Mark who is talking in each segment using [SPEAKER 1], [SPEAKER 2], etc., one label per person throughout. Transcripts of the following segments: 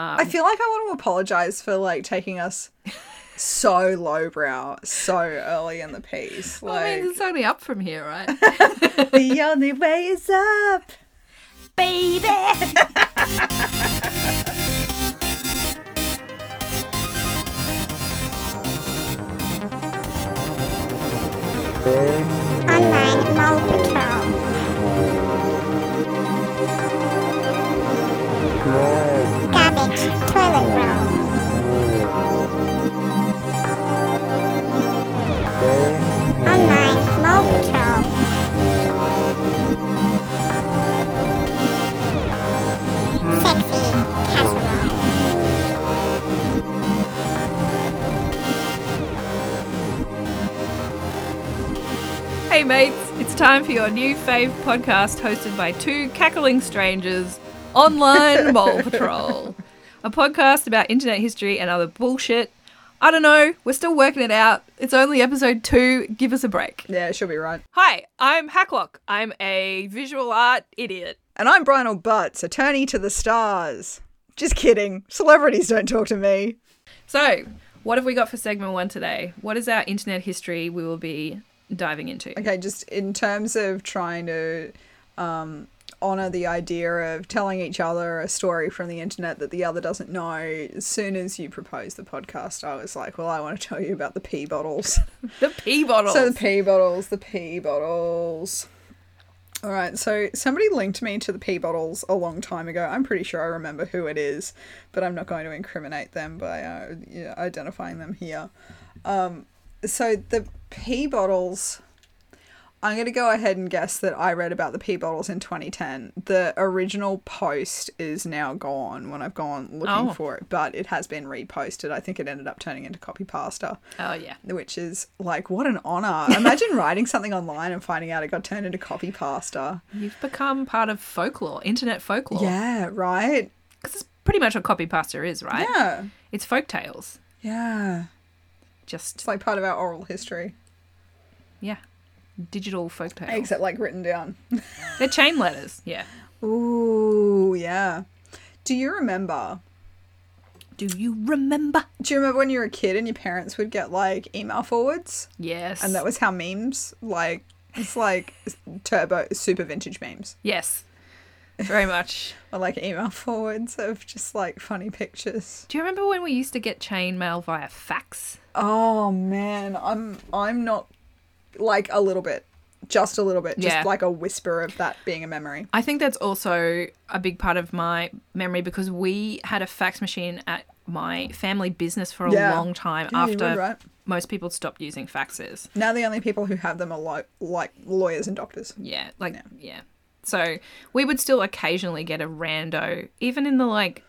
[SPEAKER 1] I feel like I want to apologize for like taking us so lowbrow so early in the piece.
[SPEAKER 2] Well, I
[SPEAKER 1] Like
[SPEAKER 2] mean, it's only up from here, right?
[SPEAKER 1] the only way is up.
[SPEAKER 2] Baby!
[SPEAKER 3] Online Mole Patrol. Garbage toilet roll. Online Mole Patrol. Sexy casserole.
[SPEAKER 2] hey, mates, it's time for your new fave podcast hosted by two cackling strangers Online Mole Patrol, a podcast about internet history and other bullshit. I don't know, we're still working it out. It's only episode two. Give us a break.
[SPEAKER 1] Yeah, she'll be right.
[SPEAKER 2] Hi, I'm Hacklock. I'm a visual art idiot.
[SPEAKER 1] And I'm Brian O'Butts, attorney to the stars. Just kidding. Celebrities don't talk to me.
[SPEAKER 2] So, what have we got for segment one today? What is our internet history we will be diving into?
[SPEAKER 1] Okay, just in terms of trying to um, honor the idea of telling each other a story from the internet that the other doesn't know, as soon as you proposed the podcast, I was like, well, I want to tell you about the pee bottles.
[SPEAKER 2] The pee bottles.
[SPEAKER 1] So the pee bottles, the pee bottles. All right, so somebody linked me to the pee bottles a long time ago. I'm pretty sure I remember who it is, but I'm not going to incriminate them by uh, you know, identifying them here. Um, so the pee bottles. I'm going to go ahead and guess that I read about the pee bottles in 2010. The original post is now gone when I've gone looking
[SPEAKER 2] Oh.
[SPEAKER 1] for it, but it has been reposted. I think it ended up turning into copy pasta
[SPEAKER 2] oh yeah.
[SPEAKER 1] which is like what an honor. Imagine writing something online and finding out it got turned into copy pasta.
[SPEAKER 2] You've become part of folklore, internet folklore.
[SPEAKER 1] Yeah, right?
[SPEAKER 2] Because it's pretty much what copy pasta is, right?
[SPEAKER 1] Yeah.
[SPEAKER 2] It's folk tales.
[SPEAKER 1] Yeah.
[SPEAKER 2] Just
[SPEAKER 1] It's like part of our oral history.
[SPEAKER 2] yeah. Digital folk tales.
[SPEAKER 1] Except like written down.
[SPEAKER 2] They're chain letters. Yeah.
[SPEAKER 1] Ooh, yeah. Do you remember?
[SPEAKER 2] Do you remember?
[SPEAKER 1] Do you remember when you were a kid and your parents would get like email forwards?
[SPEAKER 2] Yes.
[SPEAKER 1] And that was how memes, like, it's like turbo, super vintage memes.
[SPEAKER 2] Yes. Very much.
[SPEAKER 1] Or like email forwards of just like funny pictures.
[SPEAKER 2] Do you remember when we used to get chain mail via fax?
[SPEAKER 1] Oh man, I'm I'm not like a little bit, just a little bit, just
[SPEAKER 2] Yeah.
[SPEAKER 1] like a whisper of that being a memory.
[SPEAKER 2] I think that's also a big part of my memory because we had a fax machine at my family business for a
[SPEAKER 1] Yeah.
[SPEAKER 2] long time
[SPEAKER 1] Yeah, you
[SPEAKER 2] after
[SPEAKER 1] were right.
[SPEAKER 2] most people stopped using faxes.
[SPEAKER 1] Now the only people who have them are lo- like lawyers and doctors.
[SPEAKER 2] Yeah, like yeah. So we would still occasionally get a rando, even in the like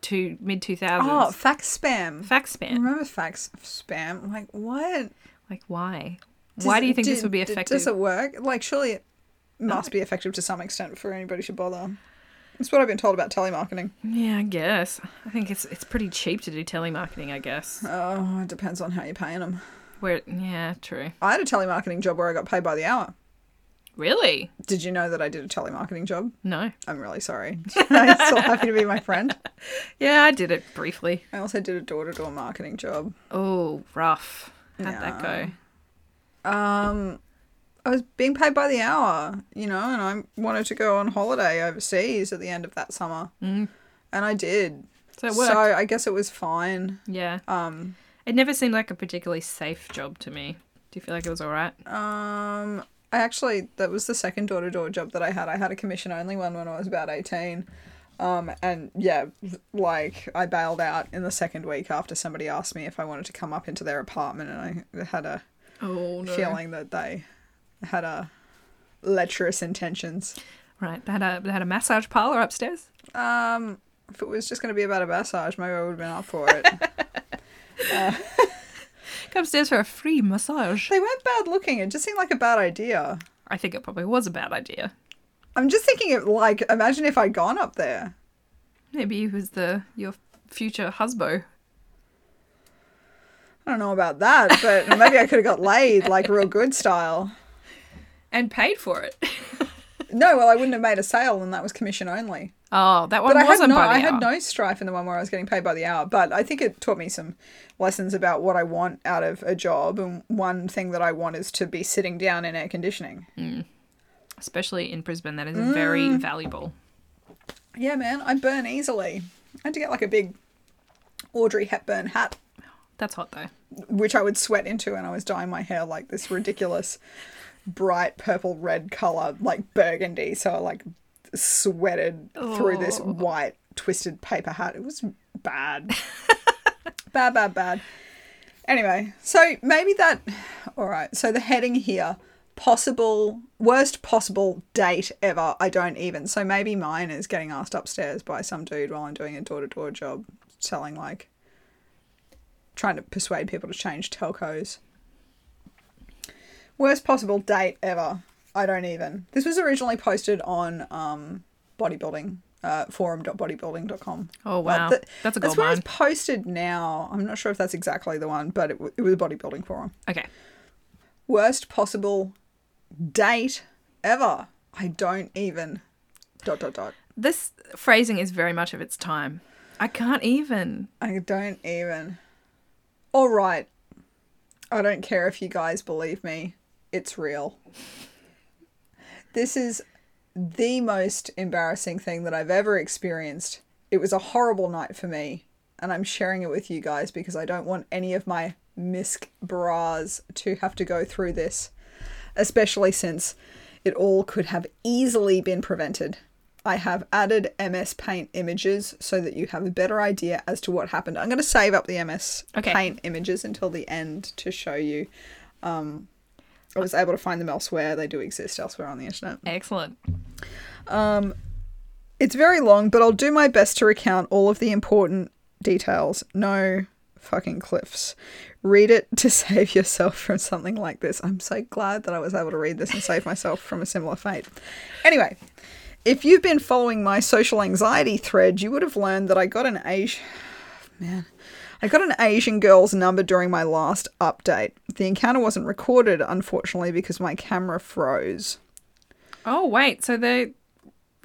[SPEAKER 2] two mid two
[SPEAKER 1] Oh,
[SPEAKER 2] thousands
[SPEAKER 1] fax spam.
[SPEAKER 2] fax spam.
[SPEAKER 1] Remember fax spam? I'm Like what?
[SPEAKER 2] Like why?
[SPEAKER 1] Does
[SPEAKER 2] why
[SPEAKER 1] it-
[SPEAKER 2] do you think this would be
[SPEAKER 1] d-
[SPEAKER 2] effective?
[SPEAKER 1] Does it work? Like surely it must be effective to some extent for anybody to bother. That's what I've been told about telemarketing.
[SPEAKER 2] yeah, I guess. I think it's it's pretty cheap to do telemarketing. I guess.
[SPEAKER 1] Oh, it depends on how you're paying them.
[SPEAKER 2] Where yeah, true.
[SPEAKER 1] I had a telemarketing job where I got paid by the hour.
[SPEAKER 2] Really?
[SPEAKER 1] Did you know that I did a telemarketing job?
[SPEAKER 2] No.
[SPEAKER 1] I'm really sorry. I'm still happy to be my friend.
[SPEAKER 2] Yeah, I did it briefly.
[SPEAKER 1] I also did a door to door marketing job.
[SPEAKER 2] Oh, rough. How'd that go?
[SPEAKER 1] Um, I was being paid by the hour, you know, and I wanted to go on holiday overseas at the end of that summer. Mm. And I did.
[SPEAKER 2] So it worked.
[SPEAKER 1] So I guess it was fine.
[SPEAKER 2] yeah.
[SPEAKER 1] Um,
[SPEAKER 2] It never seemed like a particularly safe job to me. Do you feel like it was all right?
[SPEAKER 1] um, I actually, that was the second door to door job that I had. I had a commission only one when I was about 18. Um, and yeah, like I bailed out in the second week after somebody asked me if I wanted to come up into their apartment and I had a
[SPEAKER 2] Oh, no.
[SPEAKER 1] feeling that they had a lecherous intentions.
[SPEAKER 2] Right. They had a, they had a massage parlor upstairs.
[SPEAKER 1] Um, if it was just going to be about a massage, maybe I would have been up for it.
[SPEAKER 2] Come upstairs for a free massage.
[SPEAKER 1] they weren't bad looking. It just seemed like a bad idea.
[SPEAKER 2] I think it probably was a bad idea.
[SPEAKER 1] I'm just thinking of like, imagine if I'd gone up there.
[SPEAKER 2] Maybe he was the your future husband.
[SPEAKER 1] I don't know about that, but maybe I could have got laid like real good style.
[SPEAKER 2] And paid for it.
[SPEAKER 1] No, well, I wouldn't have made a sale, and that was commission only.
[SPEAKER 2] Oh, that one
[SPEAKER 1] But I had
[SPEAKER 2] wasn't
[SPEAKER 1] no,
[SPEAKER 2] by
[SPEAKER 1] I
[SPEAKER 2] the hour.
[SPEAKER 1] had no strife in the one where I was getting paid by the hour. But I think it taught me some lessons about what I want out of a job. And one thing that I want is to be sitting down in air conditioning.
[SPEAKER 2] Mm. Especially in Brisbane, that is very
[SPEAKER 1] Mm.
[SPEAKER 2] valuable.
[SPEAKER 1] Yeah, man, I burn easily. I had to get like a big Audrey Hepburn hat,
[SPEAKER 2] That's hot though.
[SPEAKER 1] which I would sweat into, and I was dyeing my hair like this ridiculous bright purple red color, like burgundy. So I like sweated through this
[SPEAKER 2] Oh.
[SPEAKER 1] white twisted paper hat. It was bad. bad, bad, bad. Anyway, so maybe that. All right, so the heading here possible worst possible date ever. I don't even. So maybe mine is getting asked upstairs by some dude while I'm doing a door to door job selling like trying to persuade people to change telcos. Worst possible date ever. I don't even. This was originally posted on um, bodybuilding, uh, forum.bodybuilding.com.
[SPEAKER 2] Oh
[SPEAKER 1] But
[SPEAKER 2] wow,
[SPEAKER 1] the-
[SPEAKER 2] that's a
[SPEAKER 1] that's
[SPEAKER 2] gold
[SPEAKER 1] where
[SPEAKER 2] mine.
[SPEAKER 1] it's posted now. I'm not sure if that's exactly the one, but it, w- it was a bodybuilding forum.
[SPEAKER 2] Okay,
[SPEAKER 1] Worst possible date ever. I don't even. Dot dot dot.
[SPEAKER 2] this phrasing is very much of its time. I can't even.
[SPEAKER 1] I don't even. All right. I don't care if you guys believe me. It's real. This is the most embarrassing thing that I've ever experienced. It was a horrible night for me, and I'm sharing it with you guys because I don't want any of my misc bras to have to go through this, especially since it all could have easily been prevented. I have added MS Paint images so that you have a better idea as to what happened. I'm going to save up the MS
[SPEAKER 2] Okay.
[SPEAKER 1] Paint images until the end to show you. Um, I was able to find them elsewhere. They do exist elsewhere on the internet.
[SPEAKER 2] Excellent.
[SPEAKER 1] It's very long, but I'll do my best to recount all of the important details. No fucking cliffs. Read it to save yourself from something like this. I'm so glad that I was able to read this and save myself from a similar fate. Anyway, if you've been following my social anxiety thread, you would have learned that I got an Asian. Man. I got an Asian girl's number during my last update. The encounter wasn't recorded, unfortunately, because my camera froze.
[SPEAKER 2] Oh wait, so they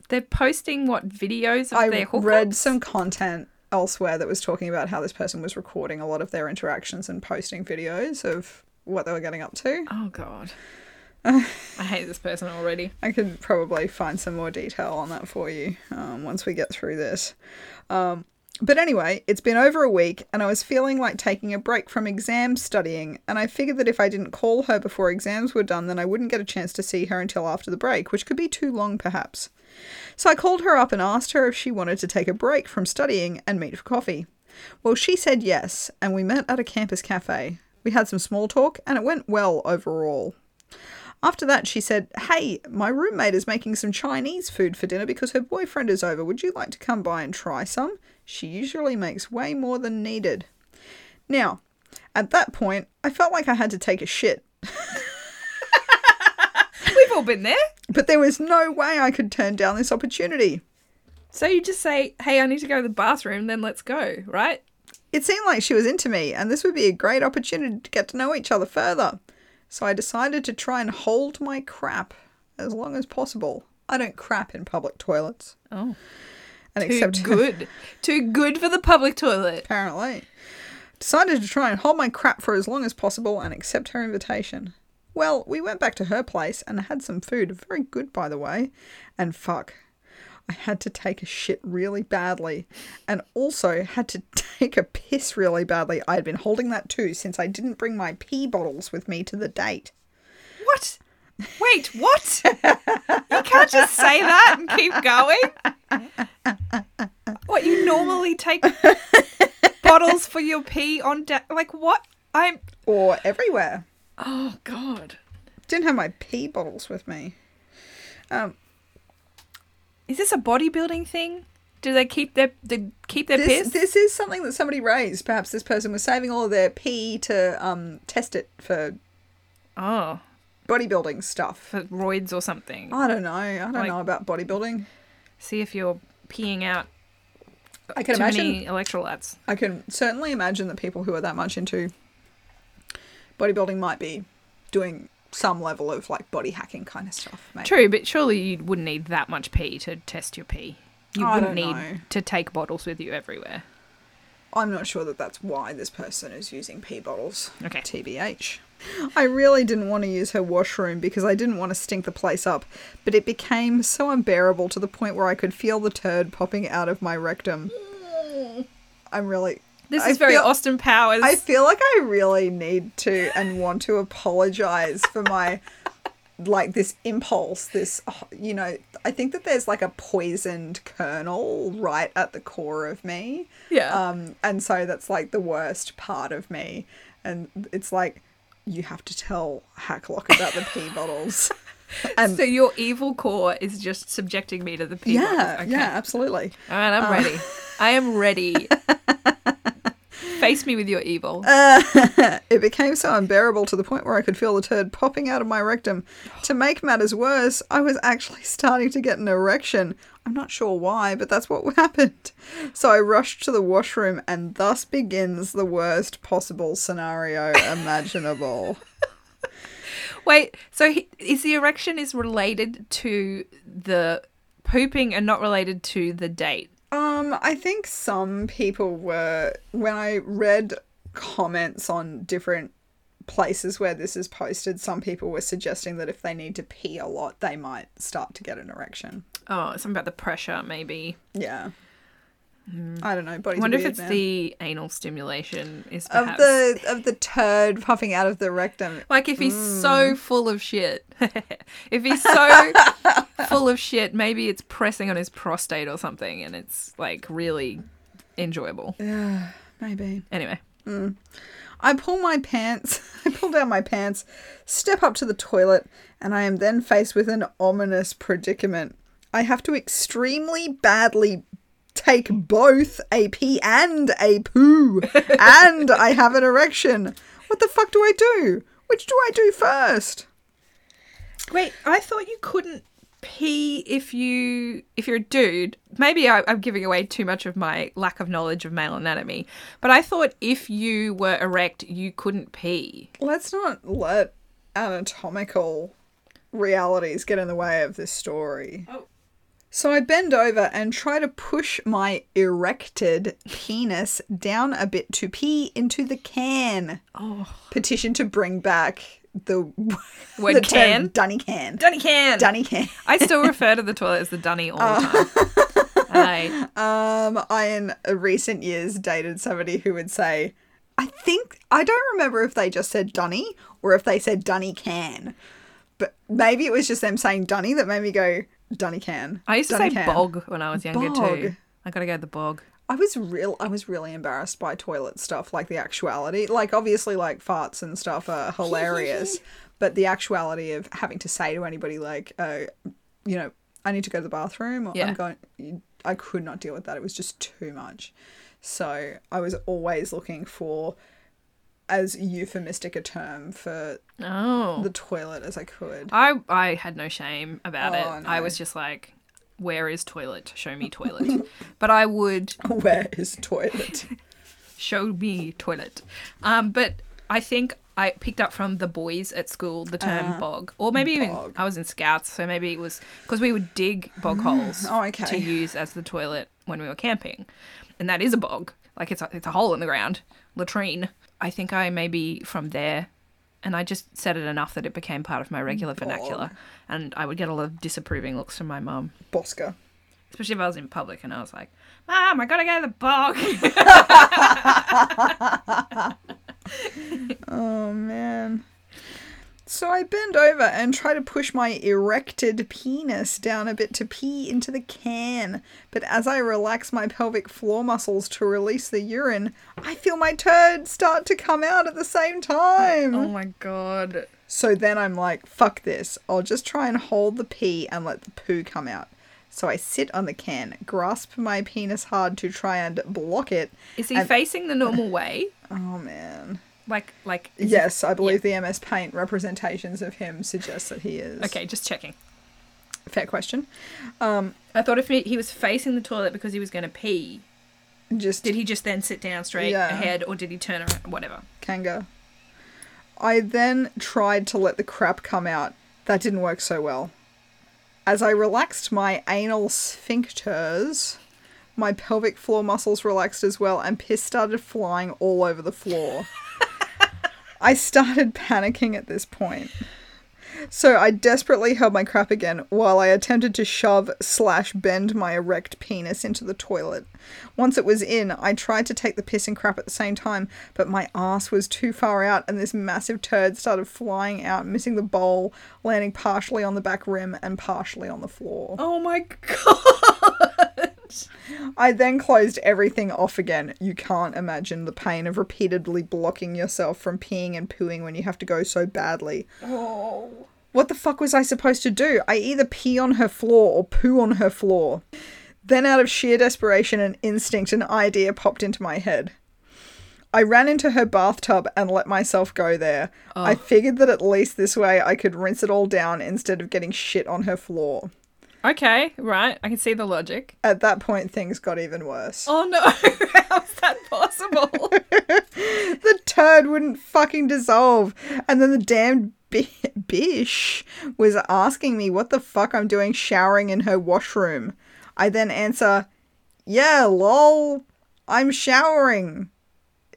[SPEAKER 2] they're posting what videos of
[SPEAKER 1] I
[SPEAKER 2] their hookups?
[SPEAKER 1] read some content elsewhere that was talking about how this person was recording a lot of their interactions and posting videos of what they were getting up to.
[SPEAKER 2] Oh god, I hate this person already.
[SPEAKER 1] I could probably find some more detail on that for you um, once we get through this. Um, but anyway, it's been over a week, and I was feeling like taking a break from exam studying. And I figured that if I didn't call her before exams were done, then I wouldn't get a chance to see her until after the break, which could be too long perhaps. So I called her up and asked her if she wanted to take a break from studying and meet for coffee. Well, she said yes, and we met at a campus cafe. We had some small talk, and it went well overall. After that, she said, Hey, my roommate is making some Chinese food for dinner because her boyfriend is over. Would you like to come by and try some? She usually makes way more than needed. Now, at that point, I felt like I had to take a shit,
[SPEAKER 2] We've all been there.
[SPEAKER 1] but there was no way I could turn down this opportunity.
[SPEAKER 2] So you just say, "Hey, I need to go to the bathroom," then let's go, right?
[SPEAKER 1] It seemed like she was into me, and this would be a great opportunity to get to know each other further. So I decided to try and hold my crap as long as possible. I don't crap in public toilets.
[SPEAKER 2] Oh,
[SPEAKER 1] And
[SPEAKER 2] too good, too good for the public toilet.
[SPEAKER 1] apparently. Decided to try and hold my crap for as long as possible and accept her invitation. Well, we went back to her place and had some food, very good by the way, and fuck. I had to take a shit really badly and also had to take a piss really badly. I had been holding that too since I didn't bring my pee bottles with me to the date.
[SPEAKER 2] What? Wait, what? you can't just say that and keep going. What you normally take bottles for your pee on da- like what? I'm
[SPEAKER 1] Or everywhere.
[SPEAKER 2] oh god.
[SPEAKER 1] Didn't have my pee bottles with me. Um,
[SPEAKER 2] Is this a bodybuilding thing? Do they keep their they keep their
[SPEAKER 1] this,
[SPEAKER 2] piss?
[SPEAKER 1] this is something that somebody raised. Perhaps this person was saving all of their pee to um, test it for
[SPEAKER 2] oh,
[SPEAKER 1] bodybuilding stuff.
[SPEAKER 2] for roids or something.
[SPEAKER 1] I don't know. I don't
[SPEAKER 2] Like-
[SPEAKER 1] know about bodybuilding.
[SPEAKER 2] See if you're peeing out
[SPEAKER 1] I can
[SPEAKER 2] too
[SPEAKER 1] imagine.
[SPEAKER 2] many electrolytes.
[SPEAKER 1] I can certainly imagine that people who are that much into bodybuilding might be doing some level of like body hacking kind of stuff. Maybe.
[SPEAKER 2] True, but surely you wouldn't need that much pee to test your pee. You
[SPEAKER 1] I
[SPEAKER 2] wouldn't
[SPEAKER 1] don't
[SPEAKER 2] need
[SPEAKER 1] know.
[SPEAKER 2] to take bottles with you everywhere.
[SPEAKER 1] I'm not sure that that's why this person is using pee bottles.
[SPEAKER 2] Okay.
[SPEAKER 1] TBH. I really didn't want to use her washroom because I didn't want to stink the place up, but it became so unbearable to the point where I could feel the turd popping out of my rectum. I'm really.
[SPEAKER 2] This
[SPEAKER 1] I
[SPEAKER 2] is very
[SPEAKER 1] feel-
[SPEAKER 2] Austin Powers.
[SPEAKER 1] I feel like I really need to and want to apologize for my like this impulse, this oh, you know, I think that there's like a poisoned kernel right at the core of me.
[SPEAKER 2] Yeah.
[SPEAKER 1] Um and so that's like the worst part of me and it's like you have to tell Hacklock about the pee bottles. And
[SPEAKER 2] so your evil core is just subjecting me to the pee
[SPEAKER 1] yeah,
[SPEAKER 2] bottles. Okay.
[SPEAKER 1] yeah, Uh, absolutely.
[SPEAKER 2] All right, I'm ready. I am ready. Face me with your evil.
[SPEAKER 1] Uh, It became so unbearable to the point where I could feel the turd popping out of my rectum. To make matters worse, I was actually starting to get an erection. I'm not sure why, but that's what happened. So I rushed to the washroom, and thus begins the worst possible scenario imaginable.
[SPEAKER 2] Wait, so he, is the erection is related to the pooping and not related to the date?
[SPEAKER 1] Um, I think some people were when I read comments on different places where this is posted, some people were suggesting that if they need to pee a lot, they might start to get an erection.
[SPEAKER 2] Oh, something about the pressure, maybe.
[SPEAKER 1] Yeah. I don't know. Body's
[SPEAKER 2] Mm. I wonder if
[SPEAKER 1] weird,
[SPEAKER 2] it's
[SPEAKER 1] man.
[SPEAKER 2] the anal stimulation is
[SPEAKER 1] of
[SPEAKER 2] perhaps
[SPEAKER 1] the of the turd puffing out of the rectum.
[SPEAKER 2] like if he's so full of shit. if he's so full of shit, maybe it's pressing on his prostate or something and it's like really enjoyable.
[SPEAKER 1] Yeah, maybe.
[SPEAKER 2] Anyway.
[SPEAKER 1] I pull my pants. I pull down my pants, step up to the toilet, and I am then faced with an ominous predicament. I have to extremely badly take both a pee and a poo, and I have an erection. What the fuck do I do? Which do I do first?
[SPEAKER 2] Wait, I thought you couldn't pee if you if you're a dude. Maybe I, I'm giving away too much of my lack of knowledge of male anatomy, but I thought if you were erect, you couldn't pee.
[SPEAKER 1] Let's not let anatomical realities get in the way of this story.
[SPEAKER 2] Oh.
[SPEAKER 1] So I bend over and try to push my erected penis down a bit to pee into the can.
[SPEAKER 2] Oh,
[SPEAKER 1] Petition to bring back the
[SPEAKER 2] Word
[SPEAKER 1] the
[SPEAKER 2] can?
[SPEAKER 1] term dunny can.
[SPEAKER 2] dunny can.
[SPEAKER 1] Dunny can.
[SPEAKER 2] I still refer to the toilet as the dunny all the time. Oh. I,
[SPEAKER 1] Um, I in recent years dated somebody who would say, I think I don't remember if they just said Dunny or if they said Dunny can, but maybe it was just them saying Dunny that made me go Dunny can.
[SPEAKER 2] I used to
[SPEAKER 1] Dunny
[SPEAKER 2] say
[SPEAKER 1] can."
[SPEAKER 2] bog when I was younger
[SPEAKER 1] Bog.
[SPEAKER 2] too. I gotta go to the bog.
[SPEAKER 1] I was real. I was really embarrassed by toilet stuff, like the actuality. Like obviously, like farts and stuff are hilarious, but the actuality of having to say to anybody like, uh, you know, I need to go to the bathroom. Or
[SPEAKER 2] Yeah.
[SPEAKER 1] I'm going. I could not deal with that. It was just too much. So I was always looking for as euphemistic a term for
[SPEAKER 2] Oh,
[SPEAKER 1] the toilet as I could.
[SPEAKER 2] I I had no shame about
[SPEAKER 1] Oh,
[SPEAKER 2] it. I
[SPEAKER 1] no.
[SPEAKER 2] was just like, where is toilet? Show me toilet. but I would
[SPEAKER 1] Where is toilet?
[SPEAKER 2] show me toilet. Um, but I think I picked up from the boys at school the term bog, or maybe even
[SPEAKER 1] Uh-huh. bog.
[SPEAKER 2] I was in scouts, so maybe it was because we would dig bog holes
[SPEAKER 1] oh, okay.
[SPEAKER 2] to use as the toilet when we were camping, and that is a bog. Like it's a, it's a hole in the ground, latrine. I think I maybe from there. And I just said it enough that it became part of my regular vernacular. And I would get a lot of disapproving looks from my mum,
[SPEAKER 1] Bosca.
[SPEAKER 2] especially if I was in public and I was like, Mom, I gotta go to the bog.
[SPEAKER 1] Oh man. So I bend over and try to push my erected penis down a bit to pee into the can, but as I relax my pelvic floor muscles to release the urine, I feel my turd start to come out at the same time.
[SPEAKER 2] oh my God.
[SPEAKER 1] So then I'm like, fuck this. I'll just try and hold the pee and let the poo come out. So I sit on the can, grasp my penis hard to try and block it.
[SPEAKER 2] Is he
[SPEAKER 1] and-
[SPEAKER 2] facing the normal way?
[SPEAKER 1] Oh man.
[SPEAKER 2] Like, like. is he-
[SPEAKER 1] Yes, I believe the MS Paint representations of him suggest that he is.
[SPEAKER 2] okay, just checking.
[SPEAKER 1] Fair question.
[SPEAKER 2] I thought if he, he was facing the toilet because he was going to pee,
[SPEAKER 1] Just
[SPEAKER 2] did he just then sit down straight
[SPEAKER 1] Yeah.
[SPEAKER 2] ahead, or did he turn around? Whatever.
[SPEAKER 1] Kanga. I then tried to let the crap come out. That didn't work so well. As I relaxed my anal sphincters, my pelvic floor muscles relaxed as well, and piss started flying all over the floor. I started panicking at this point. So I desperately held my crap again while I attempted to shove slash bend my erect penis into the toilet. Once it was in, I tried to take the piss and crap at the same time, but my ass was too far out and this massive turd started flying out, missing the bowl, landing partially on the back rim and partially on the floor.
[SPEAKER 2] Oh my god.
[SPEAKER 1] I then closed everything off again. You can't imagine the pain of repeatedly blocking yourself from peeing and pooing when you have to go so badly.
[SPEAKER 2] Oh.
[SPEAKER 1] What the fuck was I supposed to do? I either pee on her floor or poo on her floor. Then, out of sheer desperation and instinct, an idea popped into my head. I ran into her bathtub and let myself go there. I figured that at least this way I could rinse it all down instead of getting shit on her floor.
[SPEAKER 2] Okay, right. I can see the logic.
[SPEAKER 1] At that point, things got even worse.
[SPEAKER 2] Oh no. How's that possible?
[SPEAKER 1] the turd wouldn't fucking dissolve. And then the damned bi- bish was asking me what the fuck I'm doing showering in her washroom. I then answer, Yeah, lol, I'm showering.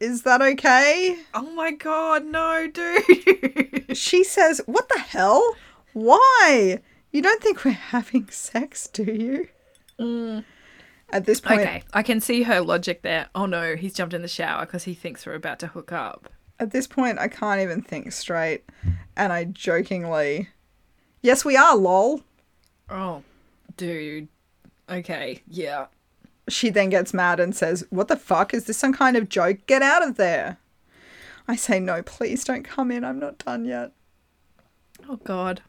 [SPEAKER 1] Is that okay?
[SPEAKER 2] oh my god, no, dude.
[SPEAKER 1] She says, What the hell? Why? You don't think we're having sex, do you? At this point,
[SPEAKER 2] okay, I can see her logic there. Oh no, he's jumped in the shower because he thinks we're about to hook up.
[SPEAKER 1] At this point, I can't even think straight, and I jokingly, "Yes, we are." Lol.
[SPEAKER 2] Oh, dude. Okay, yeah.
[SPEAKER 1] She then gets mad and says, "What the fuck is this? Some kind of joke? Get out of there!" I say, "No, please don't come in. I'm not done yet."
[SPEAKER 2] Oh god.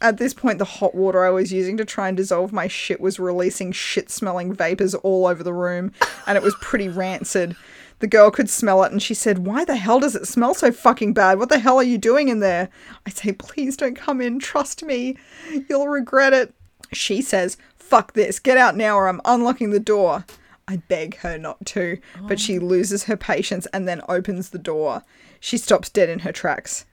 [SPEAKER 1] At this point, the hot water I was using to try and dissolve my shit was releasing shit smelling vapors all over the room, and it was pretty rancid. The girl could smell it, and she said, Why the hell does it smell so fucking bad? What the hell are you doing in there? I say, Please don't come in. Trust me. You'll regret it. She says, Fuck this. Get out now, or I'm unlocking the door. I beg her not to, but she loses her patience and then opens the door. She stops dead in her tracks.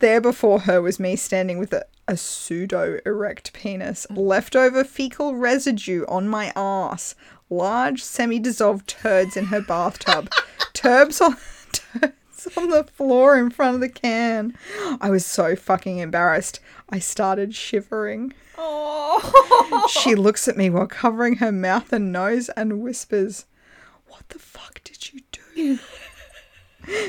[SPEAKER 1] There before her was me standing with a, a pseudo erect penis, leftover fecal residue on my ass, large semi dissolved turds in her bathtub, turbs on, turds on the floor in front of the can. I was so fucking embarrassed. I started shivering.
[SPEAKER 2] Oh.
[SPEAKER 1] She looks at me while covering her mouth and nose and whispers, What the fuck did you do?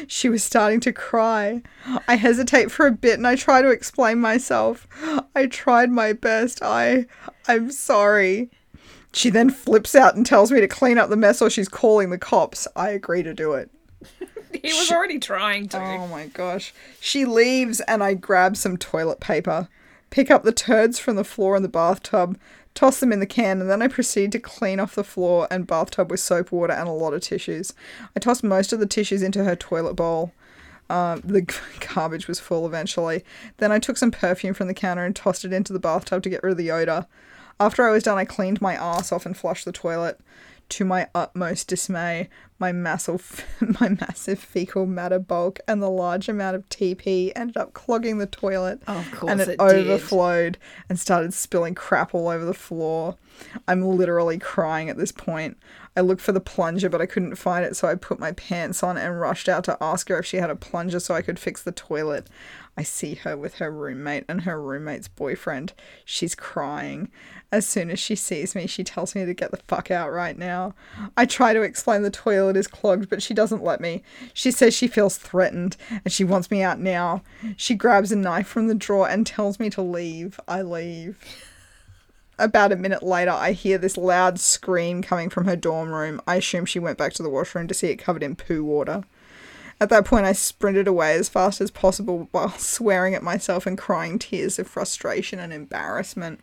[SPEAKER 1] She was starting to cry. I hesitate for a bit and I try to explain myself. I tried my best. I I'm sorry. She then flips out and tells me to clean up the mess or she's calling the cops. I agree to do it.
[SPEAKER 2] he was already trying to.
[SPEAKER 1] Oh my gosh. She leaves and I grab some toilet paper, pick up the turds from the floor in the bathtub, toss them in the can, and then I proceed to clean off the floor and bathtub with soap water and a lot of tissues. I tossed most of the tissues into her toilet bowl. Um, the g- garbage was full eventually. Then I took some perfume from the counter and tossed it into the bathtub to get rid of the odor. After I was done, I cleaned my ass off and flushed the toilet. To my utmost dismay, my massive, my massive fecal matter bulk and the large amount of TP ended up clogging the toilet,
[SPEAKER 2] Of
[SPEAKER 1] and
[SPEAKER 2] course
[SPEAKER 1] it,
[SPEAKER 2] it did.
[SPEAKER 1] overflowed and started spilling crap all over the floor. I'm literally crying at this point. I looked for the plunger, but I couldn't find it, so I put my pants on and rushed out to ask her if she had a plunger so I could fix the toilet. I see her with her roommate and her roommate's boyfriend. She's crying. As soon as she sees me, she tells me to get the fuck out right now. I try to explain the toilet is clogged, but she doesn't let me. She says she feels threatened and she wants me out now. She grabs a knife from the drawer and tells me to leave. I leave. About a minute later, I hear this loud scream coming from her dorm room. I assume she went back to the washroom to see it covered in poo water. At that point, I sprinted away as fast as possible while swearing at myself and crying tears of frustration and embarrassment.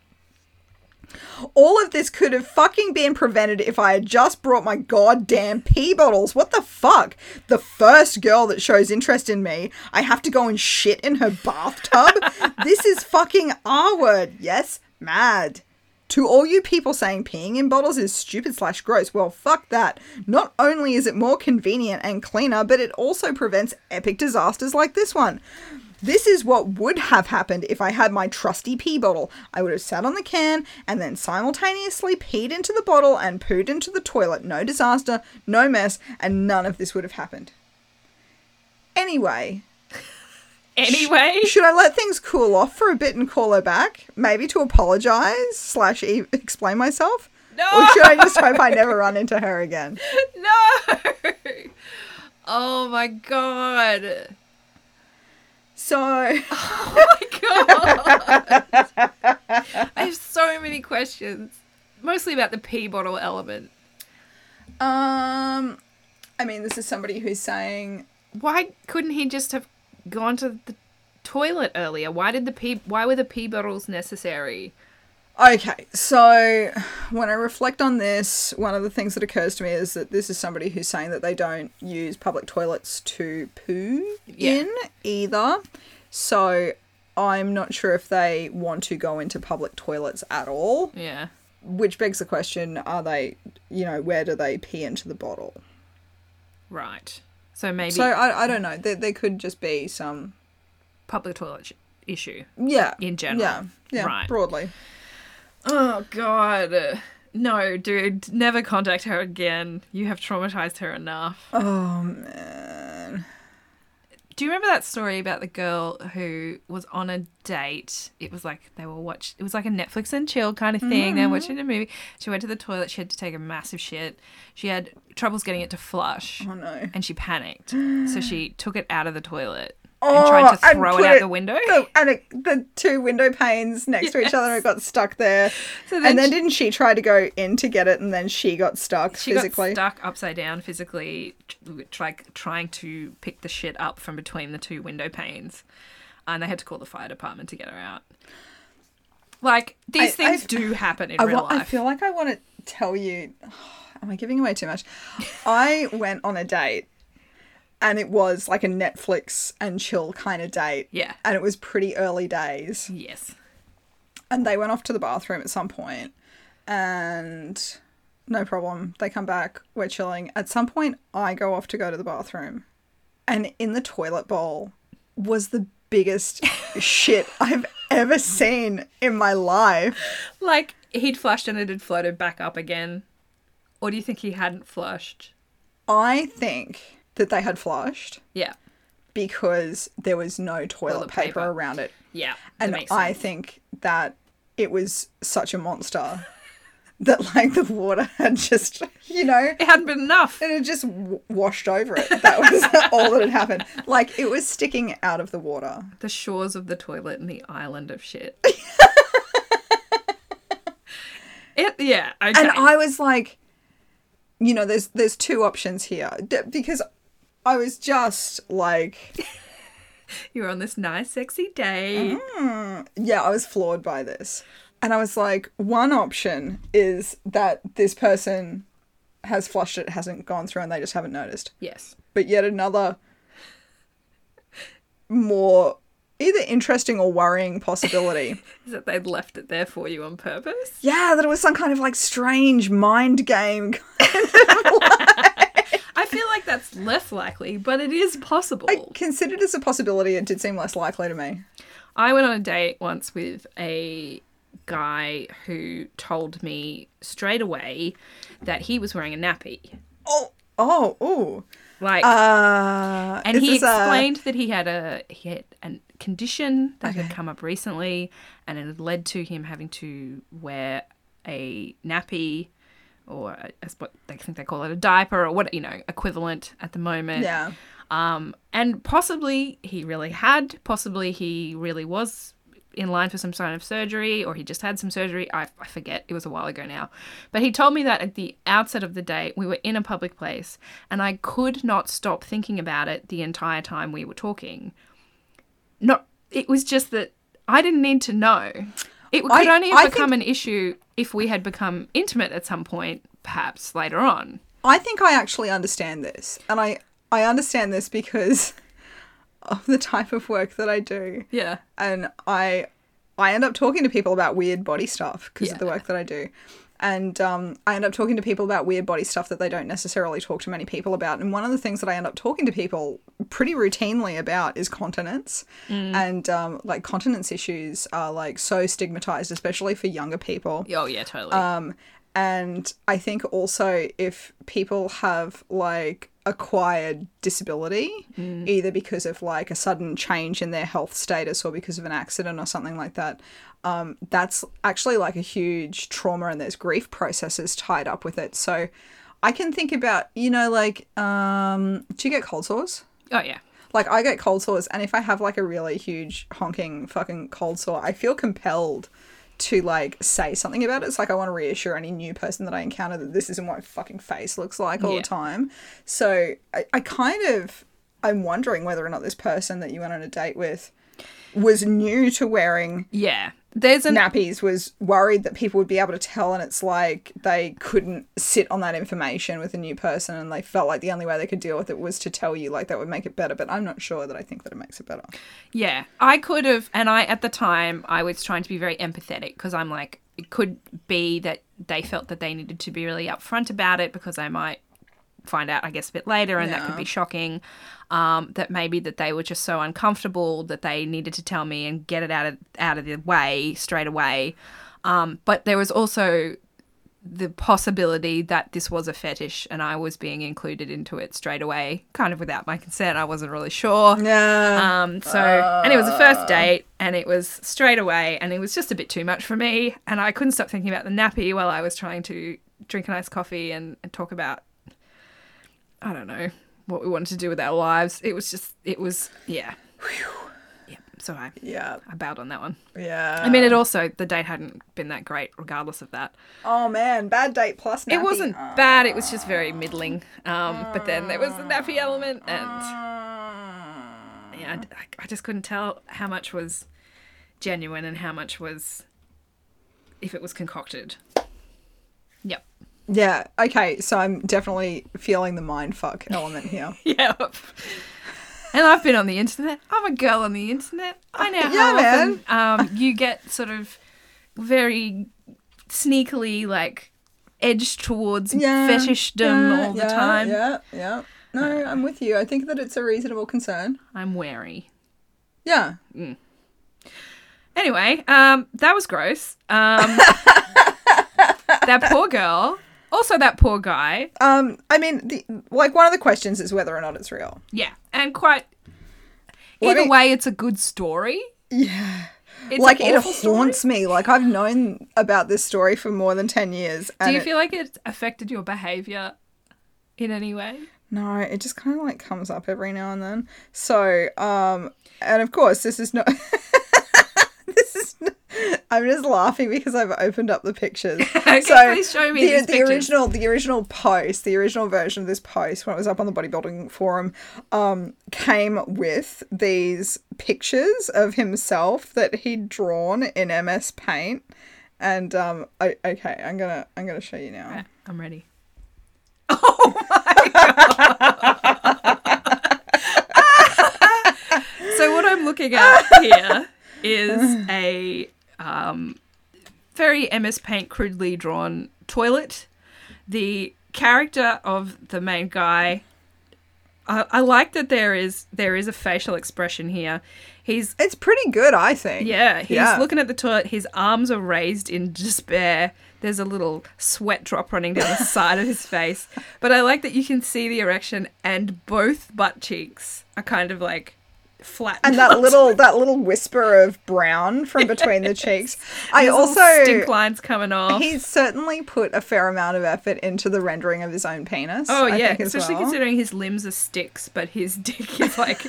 [SPEAKER 1] All of this could have fucking been prevented if I had just brought my goddamn pee bottles. What the fuck? The first girl that shows interest in me, I have to go and shit in her bathtub? this is fucking R word. Yes, mad. To all you people saying peeing in bottles is stupid slash gross, well, fuck that. Not only is it more convenient and cleaner, but it also prevents epic disasters like this one. This is what would have happened if I had my trusty pee bottle. I would have sat on the can and then simultaneously peed into the bottle and pooed into the toilet. No disaster, no mess, and none of this would have happened. Anyway,
[SPEAKER 2] Anyway,
[SPEAKER 1] should I let things cool off for a bit and call her back? Maybe to apologize slash e- explain myself? Or should I just hope I never run into her again?
[SPEAKER 2] no. Oh my god.
[SPEAKER 1] So,
[SPEAKER 2] God. I have so many questions, mostly about the pee bottle element.
[SPEAKER 1] um, I mean, this is somebody who's saying
[SPEAKER 2] Why couldn't he just have gone to the toilet earlier? Why did the pee? Why were the pee bottles necessary?
[SPEAKER 1] Okay, so when I reflect on this, one of the things that occurs to me is that this is somebody who's saying that they don't use public toilets to poo
[SPEAKER 2] Yeah.
[SPEAKER 1] in either. So I'm not sure if they want to go into public toilets at all,
[SPEAKER 2] Yeah.
[SPEAKER 1] which begs the question are they, you know, where do they pee into the bottle?
[SPEAKER 2] Right. So maybe
[SPEAKER 1] So I, I don't know. There, there could just be some.
[SPEAKER 2] public toilet sh- issue.
[SPEAKER 1] Yeah.
[SPEAKER 2] In general.
[SPEAKER 1] Yeah. Yeah.
[SPEAKER 2] Right.
[SPEAKER 1] Broadly.
[SPEAKER 2] Oh God. No, dude, never contact her again. You have traumatized her enough.
[SPEAKER 1] Oh, man.
[SPEAKER 2] Do you remember that story about the girl who was on a date? It was like they were watch. It was like a Netflix and chill kind of thing.
[SPEAKER 1] Mm-hmm.
[SPEAKER 2] They were watching a movie. She went to the toilet. She had to take a massive shit. She had troubles getting it to flush,
[SPEAKER 1] Oh, no.
[SPEAKER 2] and she panicked. So she took it out of the toilet
[SPEAKER 1] Oh,
[SPEAKER 2] and tried to
[SPEAKER 1] and
[SPEAKER 2] throw it
[SPEAKER 1] put
[SPEAKER 2] out
[SPEAKER 1] it-
[SPEAKER 2] the window.
[SPEAKER 1] the, and it, the two window panes next to each other and it got stuck there.
[SPEAKER 2] then
[SPEAKER 1] and then
[SPEAKER 2] she-
[SPEAKER 1] didn't she try to go in to get it and then she got stuck
[SPEAKER 2] She
[SPEAKER 1] physically?
[SPEAKER 2] got stuck upside down physically, tr- try, trying to pick the shit up from between the two window panes, and they had to call the fire department to get her out. Like these
[SPEAKER 1] I-
[SPEAKER 2] things
[SPEAKER 1] I've-
[SPEAKER 2] do happen in
[SPEAKER 1] I,
[SPEAKER 2] real
[SPEAKER 1] wa- I
[SPEAKER 2] life.
[SPEAKER 1] feel like I want to tell you. am I giving away too much? I went on a date and it was like a Netflix and chill kind of date.
[SPEAKER 2] Yeah.
[SPEAKER 1] And it was pretty early days.
[SPEAKER 2] yes.
[SPEAKER 1] and they went off to the bathroom at some point and no problem they come back we're chilling at some point i go off to go to the bathroom and in the toilet bowl was the biggest shit i've ever seen in my life
[SPEAKER 2] Like he'd flushed and it had floated back up again, or do you think he hadn't flushed?
[SPEAKER 1] i think that they had flushed
[SPEAKER 2] Yeah.
[SPEAKER 1] because there was no toilet,
[SPEAKER 2] Toilet
[SPEAKER 1] paper,
[SPEAKER 2] paper.
[SPEAKER 1] around it
[SPEAKER 2] Yeah. that
[SPEAKER 1] and
[SPEAKER 2] makes
[SPEAKER 1] i
[SPEAKER 2] sense.
[SPEAKER 1] think that it was such a monster that like the water had just you know
[SPEAKER 2] it hadn't been enough.
[SPEAKER 1] and it just w- washed over it. That was all that had happened. Like it was sticking out of the water.
[SPEAKER 2] The shores of the toilet and the island of shit. it yeah. Okay.
[SPEAKER 1] And I was like, you know, there's there's two options here D- because I was just like,
[SPEAKER 2] You're on this nice, sexy day.
[SPEAKER 1] yeah, I was floored by this. And I was like, one option is that this person has flushed it, hasn't gone through, and they just haven't noticed.
[SPEAKER 2] Yes.
[SPEAKER 1] but yet another more either interesting or worrying possibility.
[SPEAKER 2] Is that they'd left it there for you on purpose?
[SPEAKER 1] yeah, that it was some kind of like strange mind game.
[SPEAKER 2] I feel like that's less likely, but it is possible. I,
[SPEAKER 1] Considered as a possibility, it did seem less likely to me.
[SPEAKER 2] went on a date once with a guy who told me straight away that he was wearing a nappy.
[SPEAKER 1] Oh, oh, ooh.
[SPEAKER 2] Like,
[SPEAKER 1] Uh,
[SPEAKER 2] and
[SPEAKER 1] is
[SPEAKER 2] he
[SPEAKER 1] this a-
[SPEAKER 2] explained that he had a he had a condition that had come up recently, and it had led to him having to wear a nappy, or a- as what they think they call it, a diaper, or what you know equivalent at the moment.
[SPEAKER 1] yeah.
[SPEAKER 2] Um, and possibly he really had, possibly he really was in line for some kind of surgery, or he just had some surgery. I, I forget. It was a while ago now. But he told me that at the outset of the day, we were in a public place, and I could not stop thinking about it the entire time we were talking. Not, it was just that I didn't need to know. It could
[SPEAKER 1] I-
[SPEAKER 2] only
[SPEAKER 1] I
[SPEAKER 2] have
[SPEAKER 1] think-
[SPEAKER 2] become an issue if we had become intimate at some point, perhaps later on.
[SPEAKER 1] I think I actually understand this. And I, I understand this because of the type of work that I do.
[SPEAKER 2] Yeah.
[SPEAKER 1] and I I end up talking to people about weird body stuff because of the work that I do. And um, I end up talking to people about weird body stuff that they don't necessarily talk to many people about. And one of the things that I end up talking to people pretty routinely about is continence. And um, like continence issues are like so stigmatized, especially for younger people.
[SPEAKER 2] Oh yeah, totally.
[SPEAKER 1] Um, and I think also if people have like acquired disability, either because of like a sudden change in their health status or because of an accident or something like that, um, that's actually like a huge trauma and there's grief processes tied up with it. So I can think about, you know, like, um, do you get cold sores?
[SPEAKER 2] oh yeah.
[SPEAKER 1] Like I get cold sores, and if I have like a really huge honking fucking cold sore, I feel compelled to like say something about it. It's like I want to reassure any new person that I encounter that this isn't what my fucking face looks like all
[SPEAKER 2] Yeah.
[SPEAKER 1] the time. So I, I kind of I'm wondering whether or not this person that you went on a date with was new to wearing
[SPEAKER 2] Yeah. There's an
[SPEAKER 1] nappies was worried that people would be able to tell and it's like they couldn't sit on that information with a new person and they felt like the only way they could deal with it was to tell you like that would make it better but i'm not sure that i think that it makes it better
[SPEAKER 2] Yeah, I could have, and I at the time I was trying to be very empathetic because I'm like, it could be that they felt that they needed to be really upfront about it because I might find out, I guess, a bit later, and that could be shocking. Um, that maybe that they were just so uncomfortable that they needed to tell me and get it out of out of the way straight away. Um, but there was also the possibility that this was a fetish and I was being included into it straight away, kind of without my consent. I wasn't really sure.
[SPEAKER 1] yeah
[SPEAKER 2] Um, so, and it was a first date, and it was straight away, and it was just a bit too much for me, and I couldn't stop thinking about the nappy while I was trying to drink a nice coffee and, and talk about, I don't know, what we wanted to do with our lives. It was just, it was, yeah, yeah. So I,
[SPEAKER 1] yeah
[SPEAKER 2] I bowed on that one.
[SPEAKER 1] yeah
[SPEAKER 2] I mean, it also the date hadn't been that great, regardless of that.
[SPEAKER 1] oh man bad date plus nappy.
[SPEAKER 2] It wasn't bad. It was just very middling. Um, but then there was the nappy element, and.
[SPEAKER 1] Mm.
[SPEAKER 2] yeah, I d- I, I just couldn't tell how much was genuine and how much was if it was concocted. Yep.
[SPEAKER 1] yeah okay so i'm definitely feeling the mind fuck element here
[SPEAKER 2] Yep. And I've been on the internet. I'm a girl on the internet. I know how
[SPEAKER 1] Yeah,
[SPEAKER 2] often um, you get sort of very sneakily like edged towards fetishdom
[SPEAKER 1] yeah,
[SPEAKER 2] all the
[SPEAKER 1] yeah,
[SPEAKER 2] time.
[SPEAKER 1] yeah yeah no i'm with you i think that it's a reasonable concern
[SPEAKER 2] I'm wary.
[SPEAKER 1] yeah
[SPEAKER 2] Anyway, um, that was gross. Um, that poor girl. Also, that poor guy.
[SPEAKER 1] Um, I mean, the, like one of the questions is whether or not it's real.
[SPEAKER 2] Yeah, and quite.
[SPEAKER 1] Let
[SPEAKER 2] Either
[SPEAKER 1] me-
[SPEAKER 2] way, it's a good story.
[SPEAKER 1] Yeah,
[SPEAKER 2] It's
[SPEAKER 1] like
[SPEAKER 2] an
[SPEAKER 1] it
[SPEAKER 2] awful story.
[SPEAKER 1] haunts me. Like I've known about this story for more than ten years.
[SPEAKER 2] Do
[SPEAKER 1] And
[SPEAKER 2] you
[SPEAKER 1] it-
[SPEAKER 2] feel like it affected your behavior in any way?
[SPEAKER 1] no? It just kind of like comes up every now and then. So, um, and of course, this is not. this is. Not, I'm just laughing because I've opened up the pictures.
[SPEAKER 2] Okay, please show me
[SPEAKER 1] the,
[SPEAKER 2] these
[SPEAKER 1] the
[SPEAKER 2] pictures.
[SPEAKER 1] original, the original post, the original version of this post when it was up on the bodybuilding forum, um, came with these pictures of himself that he'd drawn in MS Paint, and um, I, okay, I'm gonna, I'm gonna show you now.
[SPEAKER 2] I'm ready. Oh my god! so what I'm looking at here is a um, very MS Paint crudely drawn toilet. The character of the main guy. I, I like that there is there is a facial expression here. He's
[SPEAKER 1] It's pretty good, I think.
[SPEAKER 2] yeah, he's
[SPEAKER 1] Yeah.
[SPEAKER 2] looking at the toilet. His arms are raised in despair. There's a little sweat drop running down the side of his face. But I like that you can see the erection and both butt cheeks are kind of like flat.
[SPEAKER 1] And that little, that little whisper of brown from between the cheeks. I also
[SPEAKER 2] stink lines coming off.
[SPEAKER 1] He's certainly put a fair amount of effort into the rendering of his own penis.
[SPEAKER 2] Oh
[SPEAKER 1] I
[SPEAKER 2] yeah,
[SPEAKER 1] think, as
[SPEAKER 2] especially
[SPEAKER 1] well.
[SPEAKER 2] considering his limbs are sticks, but his dick is like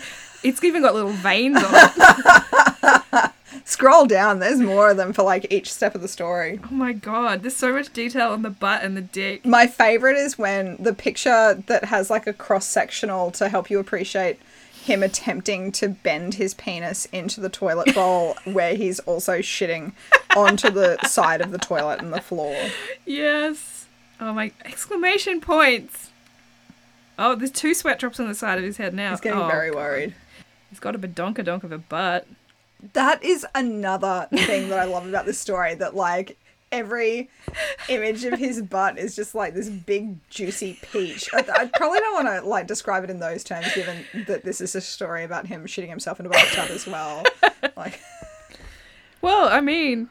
[SPEAKER 2] it's even got little veins on it.
[SPEAKER 1] Scroll down. There's more of them for like each step of the story.
[SPEAKER 2] Oh my god, there's so much detail on the butt and the dick.
[SPEAKER 1] My favorite is when the picture that has like a cross sectional to help you appreciate him attempting to bend his penis into the toilet bowl where he's also shitting onto the side of the toilet and the floor.
[SPEAKER 2] Yes. Oh my exclamation points. Oh, there's two sweat drops on the side of his head now.
[SPEAKER 1] He's getting
[SPEAKER 2] Oh,
[SPEAKER 1] very
[SPEAKER 2] God.
[SPEAKER 1] worried.
[SPEAKER 2] He's got a badonka donk of a butt.
[SPEAKER 1] That is another thing that I love about this story that like every image of his butt is just like this big juicy peach. I, I probably don't want to like describe it in those terms, given that this is a story about him shitting himself in a bathtub as well. Like,
[SPEAKER 2] Well, I mean,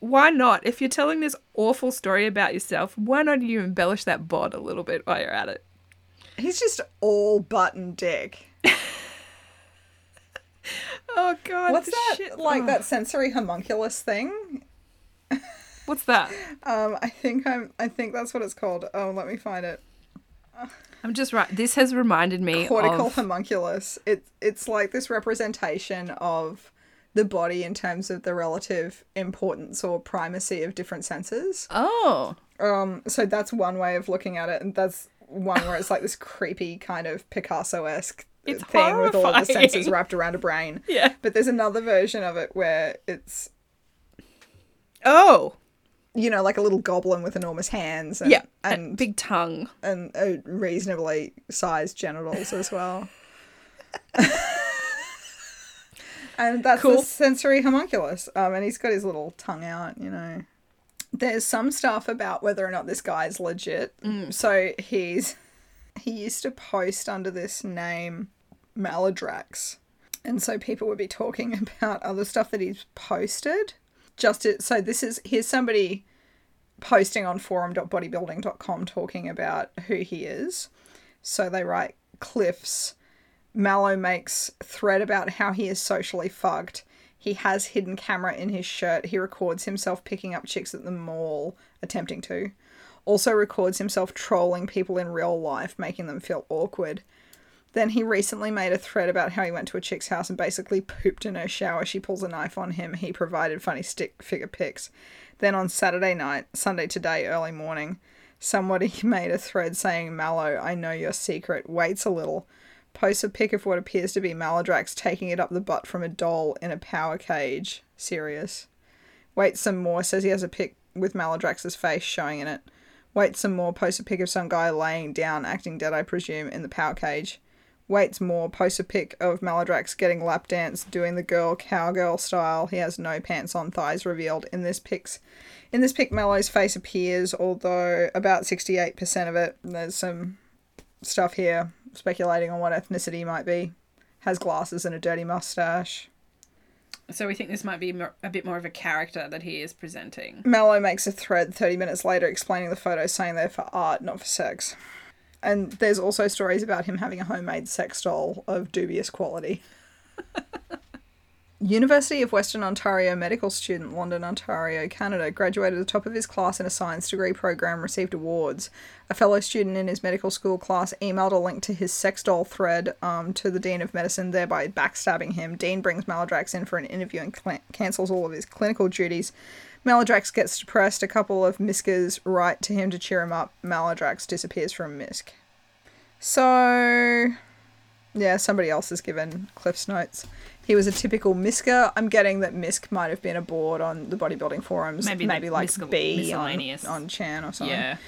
[SPEAKER 2] why not? If you're telling this awful story about yourself, why not you embellish that bod a little bit while you're at it?
[SPEAKER 1] he's just all button dick.
[SPEAKER 2] Oh god,
[SPEAKER 1] What's
[SPEAKER 2] the
[SPEAKER 1] that?
[SPEAKER 2] shit-
[SPEAKER 1] Like
[SPEAKER 2] oh.
[SPEAKER 1] that sensory homunculus thing?
[SPEAKER 2] What's that?
[SPEAKER 1] Um, I think I'm. I think that's what it's called. Oh, let me find it.
[SPEAKER 2] I'm just right. This has reminded me
[SPEAKER 1] cortical
[SPEAKER 2] of
[SPEAKER 1] homunculus. It it's like this representation of the body in terms of the relative importance or primacy of different senses.
[SPEAKER 2] Oh,
[SPEAKER 1] Um, so that's one way of looking at it, and that's one where it's like this creepy kind of Picasso esque thing
[SPEAKER 2] It's
[SPEAKER 1] with all of the
[SPEAKER 2] horrifying.
[SPEAKER 1] senses wrapped around a brain.
[SPEAKER 2] Yeah.
[SPEAKER 1] But there's another version of it where it's
[SPEAKER 2] oh,
[SPEAKER 1] you know like a little goblin with enormous hands and
[SPEAKER 2] yeah, and
[SPEAKER 1] and
[SPEAKER 2] big tongue.
[SPEAKER 1] and uh, reasonably sized genitals as well. and that's
[SPEAKER 2] Cool.
[SPEAKER 1] the sensory homunculus. Um, and he's got his little tongue out, you know. There's some stuff about whether or not this guy's legit. So he's he used to post under this name Maladrax. And so people would be talking about other stuff that he's posted. Just to, so this is here's somebody posting on forum.bodybuilding.com talking about who he is. So they write Cliffs. Mallow makes thread about how he is socially fucked. He has hidden camera in his shirt. He records himself picking up chicks at the mall, attempting to. Also records himself trolling people in real life, making them feel awkward. Then he recently made a thread about how he went to a chick's house and basically pooped in her shower. She pulls a knife on him. He provided funny stick figure pics. Then on Saturday night, Sunday today, early morning, somebody made a thread saying, Mallow, I know your secret. Waits a little. Posts a pic of what appears to be Maladrax taking it up the butt from a doll in a power cage. Serious. Wait some more. Says he has a pic with Maladrax's face showing in it. Wait some more. Posts a pic of some guy laying down, acting dead, I presume, in the power cage. Waits more. Posts a pic of Maladrax getting lap dance, doing the girl cowgirl style. He has no pants on, thighs revealed. In this pics, in this pic, Mallow's face appears, although about sixty-eight percent of it. There's some stuff here speculating on what ethnicity he might be. Has glasses and a dirty mustache.
[SPEAKER 2] So we think this might be mo- a bit more of a character that he is presenting.
[SPEAKER 1] Mallow makes a thread 30 minutes later explaining the photos, saying they're for art, not for sex. And there's also stories about him having a homemade sex doll of dubious quality. University of Western Ontario medical student, London, Ontario, Canada, graduated at the top of his class in a science degree program, received awards. A fellow student in his medical school class emailed a link to his sex doll thread um, to the Dean of Medicine, thereby backstabbing him. Dean brings Maladrax in for an interview and cl- cancels all of his clinical duties. Maladrax gets depressed. A couple of Miskers write to him to cheer him up. Maladrax disappears from Misk. So, yeah, somebody else has given Cliff's notes. He was a typical Misker. I'm getting that Misk might have been a board on the bodybuilding forums.
[SPEAKER 2] Maybe
[SPEAKER 1] Maybe,
[SPEAKER 2] the
[SPEAKER 1] like
[SPEAKER 2] miscel-
[SPEAKER 1] B on,
[SPEAKER 2] miscellaneous.
[SPEAKER 1] on Chan or something.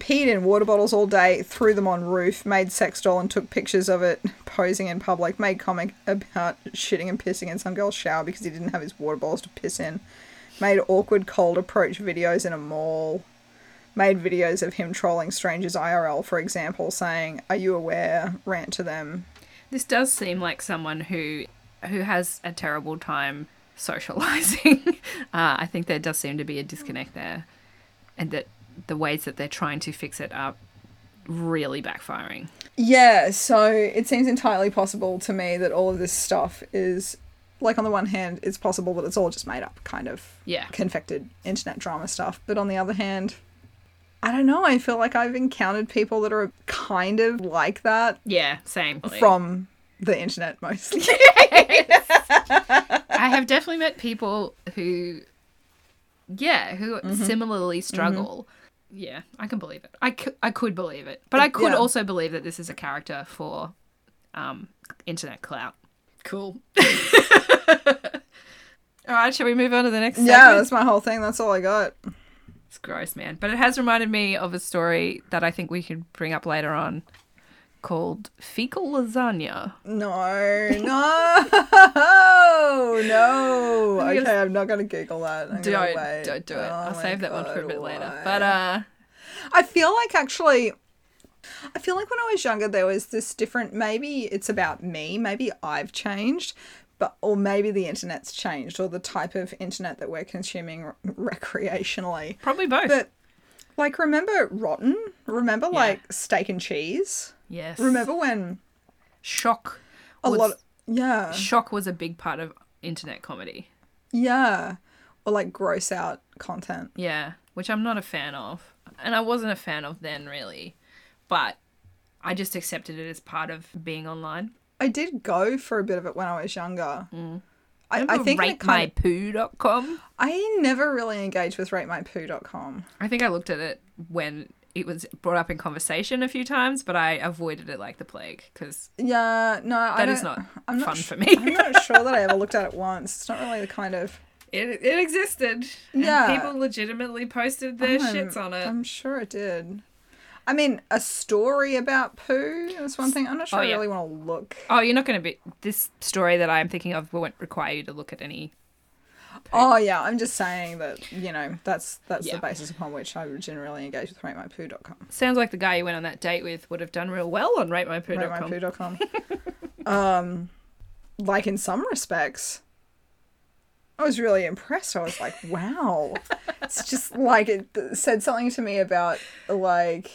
[SPEAKER 1] Peed in water bottles all day, threw them on roof, made sex doll and took pictures of it, posing in public, made comic about shitting and pissing in some girl's shower because he didn't have his water bottles to piss in, made awkward cold approach videos in a mall, made videos of him trolling strangers IRL, for example, saying, Are you aware? rant to them.
[SPEAKER 2] This does seem like someone who who has a terrible time socializing. uh, I think there does seem to be a disconnect there, and that the ways that they're trying to fix it are really backfiring.
[SPEAKER 1] Yeah, so it seems entirely possible to me that all of this stuff is, like, on the one hand, it's possible that it's all just made up, kind of
[SPEAKER 2] Yeah.
[SPEAKER 1] confected internet drama stuff. But on the other hand, I don't know. I feel like I've encountered people that are kind of like that
[SPEAKER 2] Yeah, same.
[SPEAKER 1] from the internet mostly.
[SPEAKER 2] I have definitely met people who, yeah, who
[SPEAKER 1] Mm-hmm.
[SPEAKER 2] similarly struggle. Yeah, I can believe it. I, cou- I could believe it, but I could
[SPEAKER 1] yeah.
[SPEAKER 2] also believe that this is a character for, um, internet clout. Cool. All right, shall we move on to the next?
[SPEAKER 1] yeah,
[SPEAKER 2] segment?
[SPEAKER 1] that's my whole thing. That's all I got.
[SPEAKER 2] It's gross, man. But it has reminded me of a story that I think we could bring up later on called fecal lasagna.
[SPEAKER 1] No, no. Oh no!
[SPEAKER 2] I'm gonna-
[SPEAKER 1] Okay, I'm not gonna giggle that. I'm gonna
[SPEAKER 2] Don't
[SPEAKER 1] wait.
[SPEAKER 2] don't do it.
[SPEAKER 1] Oh
[SPEAKER 2] I'll
[SPEAKER 1] my
[SPEAKER 2] save that one for a
[SPEAKER 1] God,
[SPEAKER 2] bit later.
[SPEAKER 1] why?
[SPEAKER 2] But uh
[SPEAKER 1] I feel like actually, I feel like when I was younger, there was this different. Maybe it's about me. Maybe I've changed, but or maybe the internet's changed, or the type of internet that we're consuming r- recreationally.
[SPEAKER 2] probably both.
[SPEAKER 1] But like, remember Rotten? Remember
[SPEAKER 2] Yeah.
[SPEAKER 1] like Steak and Cheese?
[SPEAKER 2] yes.
[SPEAKER 1] Remember when
[SPEAKER 2] shock
[SPEAKER 1] a
[SPEAKER 2] was,
[SPEAKER 1] lot? yeah,
[SPEAKER 2] shock was a big part of internet comedy.
[SPEAKER 1] yeah, or like gross out content.
[SPEAKER 2] Yeah, which I'm not a fan of. And I wasn't a fan of then really. But I just accepted it as part of being online.
[SPEAKER 1] I did go for a bit of it when I was younger. I, I
[SPEAKER 2] Mm. Remember
[SPEAKER 1] think it kind of,
[SPEAKER 2] ratemypoo.com.
[SPEAKER 1] I never really engaged with ratemypoo.com.
[SPEAKER 2] I think I looked at it when it was brought up in conversation a few times, but I avoided it like the plague because
[SPEAKER 1] Yeah, no, I
[SPEAKER 2] That is
[SPEAKER 1] don't-
[SPEAKER 2] not
[SPEAKER 1] I'm not
[SPEAKER 2] fun
[SPEAKER 1] su-
[SPEAKER 2] for me.
[SPEAKER 1] I'm not sure that I ever looked at it once. It's not really the kind of.
[SPEAKER 2] it, it existed. and
[SPEAKER 1] Yeah.
[SPEAKER 2] people legitimately posted their shits on it.
[SPEAKER 1] I'm sure it did. I mean, a story about poo is one thing. I'm not sure
[SPEAKER 2] Oh,
[SPEAKER 1] I
[SPEAKER 2] yeah.
[SPEAKER 1] really want to look.
[SPEAKER 2] Oh, you're not going to be. This story that I'm thinking of won't require you to look at any.
[SPEAKER 1] Oh yeah, I'm just saying that you know that's that's
[SPEAKER 2] Yeah.
[SPEAKER 1] the basis upon which I would generally engage with ratemypoo.com.
[SPEAKER 2] Sounds like the guy you went on that date with would have done real well on ratemypoo.com.
[SPEAKER 1] ratemypoo.com. um, like in some respects, I was really impressed. I was like, wow. it's just like it th- said something to me about like.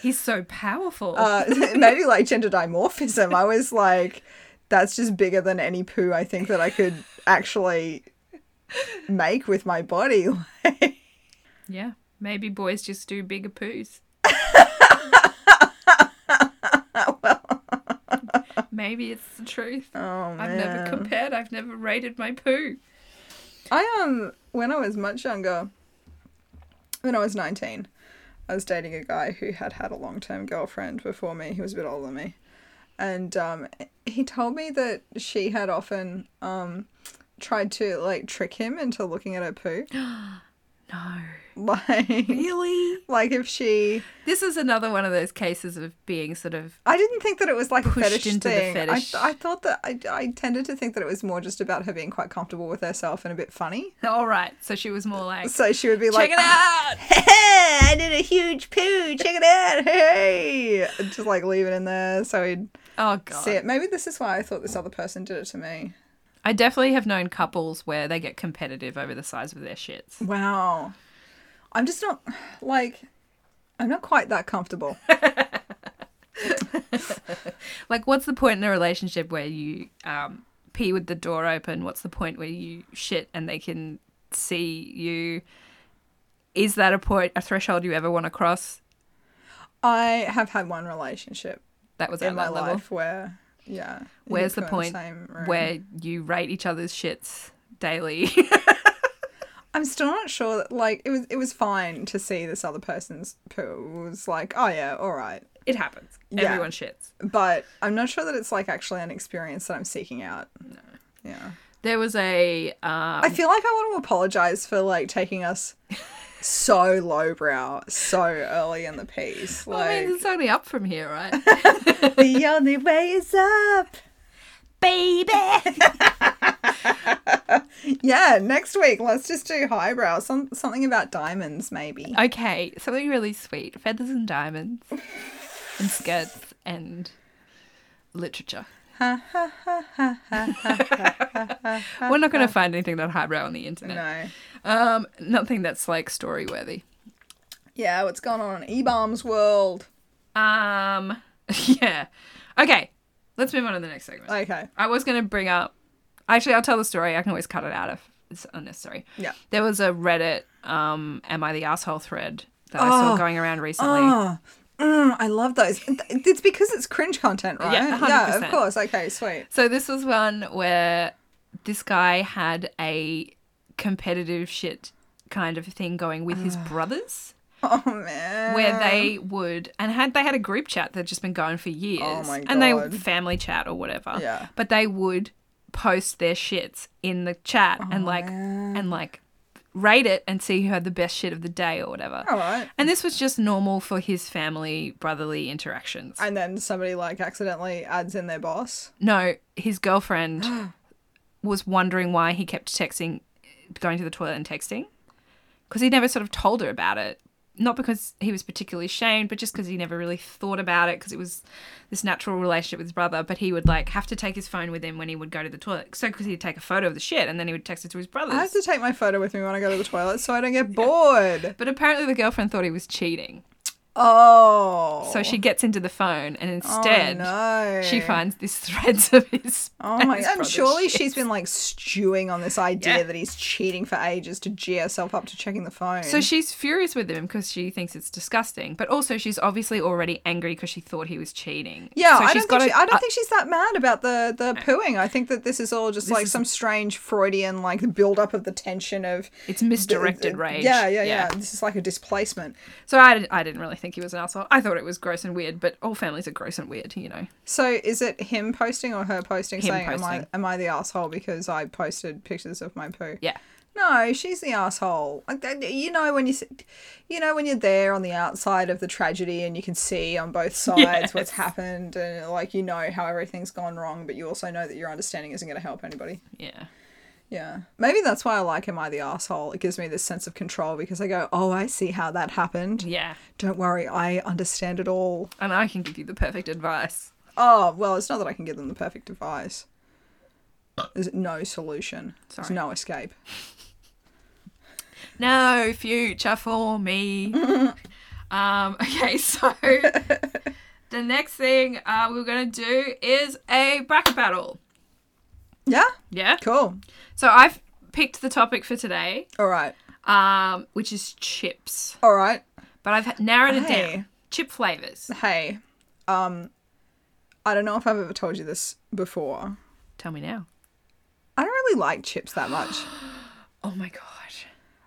[SPEAKER 2] He's so powerful.
[SPEAKER 1] Uh, maybe like gender dimorphism. I was like, that's just bigger than any poo I think that I could actually make with my body.
[SPEAKER 2] yeah, maybe boys just do bigger poos. maybe it's the truth.
[SPEAKER 1] Oh man.
[SPEAKER 2] I've never compared. I've never rated my poo.
[SPEAKER 1] I um when I was much younger, when I was nineteen, I was dating a guy who had had a long term girlfriend before me. He was a bit older than me, and um, he told me that she had often um tried to like trick him into looking at her poo,
[SPEAKER 2] No.
[SPEAKER 1] like
[SPEAKER 2] Really?
[SPEAKER 1] like if she.
[SPEAKER 2] This is another one of those cases of being sort of
[SPEAKER 1] I didn't think that it was like a
[SPEAKER 2] Pushed
[SPEAKER 1] fetish
[SPEAKER 2] into the
[SPEAKER 1] thing.
[SPEAKER 2] fetish.
[SPEAKER 1] I, I thought that I, I tended to think that it was more just about her being quite comfortable with herself and a bit funny.
[SPEAKER 2] all right. So she was more like,
[SPEAKER 1] So she would be
[SPEAKER 2] check
[SPEAKER 1] like, ah!
[SPEAKER 2] it out.
[SPEAKER 1] I did a huge poo. Check it out. Hey, And just like leave it in there so he'd
[SPEAKER 2] Oh god.
[SPEAKER 1] see it. Maybe this is why I thought this other person did it to me.
[SPEAKER 2] I definitely have known couples where they get competitive over the size of their shits.
[SPEAKER 1] Wow, I'm just not like I'm not quite that comfortable.
[SPEAKER 2] Like, what's the point in a relationship where you um, pee with the door open? What's the point where you shit and they can see you? Is that a point, a threshold you ever want to cross?
[SPEAKER 1] I have had one relationship
[SPEAKER 2] That was at
[SPEAKER 1] in my
[SPEAKER 2] that level.
[SPEAKER 1] life where yeah, you
[SPEAKER 2] Where's the
[SPEAKER 1] poo in
[SPEAKER 2] point
[SPEAKER 1] same room.
[SPEAKER 2] Where you rate each other's shits daily.
[SPEAKER 1] I'm still not sure that like it was it was fine to see this other person's poo. It was like oh yeah, all right,
[SPEAKER 2] it happens.
[SPEAKER 1] Yeah.
[SPEAKER 2] Everyone shits.
[SPEAKER 1] but I'm not sure that it's like actually an experience that I'm seeking out. No. Yeah.
[SPEAKER 2] There was a. Um,
[SPEAKER 1] I feel like I want to apologize for like taking us so lowbrow so early in the piece.
[SPEAKER 2] I
[SPEAKER 1] Like
[SPEAKER 2] mean, it's only up from here, right?
[SPEAKER 1] the only way is up.
[SPEAKER 2] Baby!
[SPEAKER 1] Yeah, next week let's just do highbrow. Some something about diamonds maybe.
[SPEAKER 2] Okay, something really sweet feathers and diamonds, and skirts, and literature. We're not going to find anything that highbrow on the internet.
[SPEAKER 1] No.
[SPEAKER 2] Um, nothing that's like story worthy.
[SPEAKER 1] Yeah, what's going on in E-bombs world?
[SPEAKER 2] Um, yeah. Okay, let's move on to the next segment.
[SPEAKER 1] Okay.
[SPEAKER 2] I was going to bring up. Actually, I'll tell the story. I can always cut it out if it's unnecessary.
[SPEAKER 1] Yeah.
[SPEAKER 2] There was a Reddit, um, Am I the Asshole thread that I saw
[SPEAKER 1] Oh.
[SPEAKER 2] going around recently.
[SPEAKER 1] Oh, mm, I love those. It's because it's cringe content, right?
[SPEAKER 2] Yeah,
[SPEAKER 1] of
[SPEAKER 2] 100%.
[SPEAKER 1] course. Okay, sweet.
[SPEAKER 2] So this was one where this guy had a competitive shit kind of thing going with
[SPEAKER 1] Ah.
[SPEAKER 2] his brothers
[SPEAKER 1] Oh man.
[SPEAKER 2] where they would and had they had a group chat that had just been going for years
[SPEAKER 1] Oh my
[SPEAKER 2] and
[SPEAKER 1] God.
[SPEAKER 2] they family chat or whatever
[SPEAKER 1] Yeah. Oh,
[SPEAKER 2] but they would post their shits in the chat and like and like rate it and see who had the best shit of the day or whatever.
[SPEAKER 1] All right.
[SPEAKER 2] And this was just normal for his family brotherly interactions.
[SPEAKER 1] And then somebody like accidentally adds in their boss.
[SPEAKER 2] No, his girlfriend was wondering why he kept texting, going to the toilet and texting, because he never sort of told her about it. Not because he was particularly ashamed, but just because he never really thought about it, because it was this natural relationship with his brother. But he would like have to take his phone with him when he would go to the toilet. So because he'd take a photo of the shit and then he would text it to his brothers.
[SPEAKER 1] I have to take my photo with me when I go to the toilet so I don't get bored.
[SPEAKER 2] But apparently the girlfriend thought he was cheating.
[SPEAKER 1] Oh.
[SPEAKER 2] So she gets into the phone and instead
[SPEAKER 1] no.
[SPEAKER 2] she finds this threads of his.
[SPEAKER 1] Oh my!
[SPEAKER 2] his
[SPEAKER 1] And
[SPEAKER 2] brother's
[SPEAKER 1] surely
[SPEAKER 2] shit.
[SPEAKER 1] she's been like stewing on this idea
[SPEAKER 2] Yeah.
[SPEAKER 1] that he's cheating for ages to gee herself up to checking the phone.
[SPEAKER 2] So she's furious with him because she thinks it's disgusting, but also she's obviously already angry because she thought he was cheating.
[SPEAKER 1] yeah,
[SPEAKER 2] so
[SPEAKER 1] I
[SPEAKER 2] she's
[SPEAKER 1] don't, think she,
[SPEAKER 2] a-
[SPEAKER 1] I don't
[SPEAKER 2] uh,
[SPEAKER 1] think she's that mad about the the pooing. I think that this is all just like
[SPEAKER 2] is-
[SPEAKER 1] some strange Freudian like build up of the tension of
[SPEAKER 2] it's misdirected
[SPEAKER 1] Uh,
[SPEAKER 2] rage.
[SPEAKER 1] Yeah, yeah, yeah, This is like a displacement.
[SPEAKER 2] So I, did, I didn't really think he was an asshole. I thought it was gross and weird, but all families are gross and weird, you know.
[SPEAKER 1] So is it him posting or her posting
[SPEAKER 2] Him
[SPEAKER 1] saying am I
[SPEAKER 2] posting.
[SPEAKER 1] am I the asshole because I posted pictures of my poo?
[SPEAKER 2] Yeah.
[SPEAKER 1] No, she's the asshole. Like that- you know when you, s- you know when you're there on the outside of the tragedy and you can see on both sides what's happened and like you know how everything's gone wrong, but you also know that your understanding isn't going to help anybody.
[SPEAKER 2] Yeah.
[SPEAKER 1] Yeah, maybe that's why I like "Am I the asshole?" It gives me this sense of control because I go, "Oh, I see how that happened.
[SPEAKER 2] Yeah.
[SPEAKER 1] Don't worry, I understand it all."
[SPEAKER 2] And I can give you the perfect advice.
[SPEAKER 1] Oh well, it's not that I can give them the perfect advice. There's no solution. There's
[SPEAKER 2] Sorry.
[SPEAKER 1] no escape.
[SPEAKER 2] No future for me. um, okay, so the next thing uh, we're going to do is a bracket battle.
[SPEAKER 1] Yeah,
[SPEAKER 2] Yeah.
[SPEAKER 1] cool.
[SPEAKER 2] So I've picked the topic for today.
[SPEAKER 1] All right,
[SPEAKER 2] um, which is chips.
[SPEAKER 1] all right.
[SPEAKER 2] But I've narrowed it
[SPEAKER 1] Hey.
[SPEAKER 2] down. Chip flavors.
[SPEAKER 1] Hey, um, I don't know if I've ever told you this before.
[SPEAKER 2] Tell me now.
[SPEAKER 1] I don't really like chips that much.
[SPEAKER 2] Oh my god.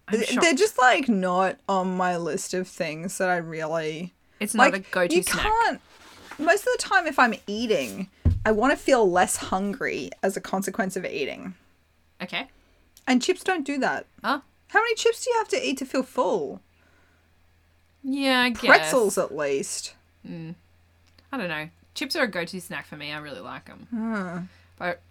[SPEAKER 2] I'm
[SPEAKER 1] Th-
[SPEAKER 2] shocked.
[SPEAKER 1] They're just like not on my list of things that I really
[SPEAKER 2] it's not
[SPEAKER 1] like.
[SPEAKER 2] a go-to
[SPEAKER 1] you
[SPEAKER 2] snack.
[SPEAKER 1] can't. Most of the time, if I'm eating, I want to feel less hungry as a consequence of eating,
[SPEAKER 2] Okay.
[SPEAKER 1] and chips don't do that.
[SPEAKER 2] Oh.
[SPEAKER 1] How many chips do you have to eat to feel full?
[SPEAKER 2] Yeah, I guess.
[SPEAKER 1] Pretzels, at least.
[SPEAKER 2] I don't know. Chips are a go-to snack for me. I really like them.
[SPEAKER 1] Hmm.
[SPEAKER 2] But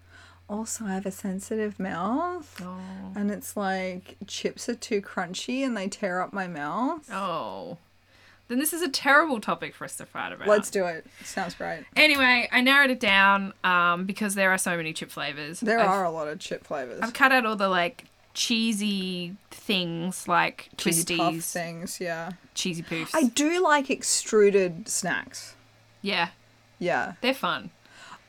[SPEAKER 1] Also, I have a sensitive mouth,
[SPEAKER 2] oh,
[SPEAKER 1] and it's like chips are too crunchy and they tear up my mouth.
[SPEAKER 2] oh. Then this is a terrible topic for us to fight about.
[SPEAKER 1] Let's do it. Sounds great.
[SPEAKER 2] Anyway, I narrowed it down um, because there are so many chip flavors.
[SPEAKER 1] There
[SPEAKER 2] I've-
[SPEAKER 1] are a lot of chip flavors.
[SPEAKER 2] I've cut out all the like cheesy things like
[SPEAKER 1] Cheesy puff
[SPEAKER 2] twisties,
[SPEAKER 1] things, yeah.
[SPEAKER 2] cheesy poofs.
[SPEAKER 1] I do like extruded snacks.
[SPEAKER 2] yeah,
[SPEAKER 1] Yeah.
[SPEAKER 2] they're fun.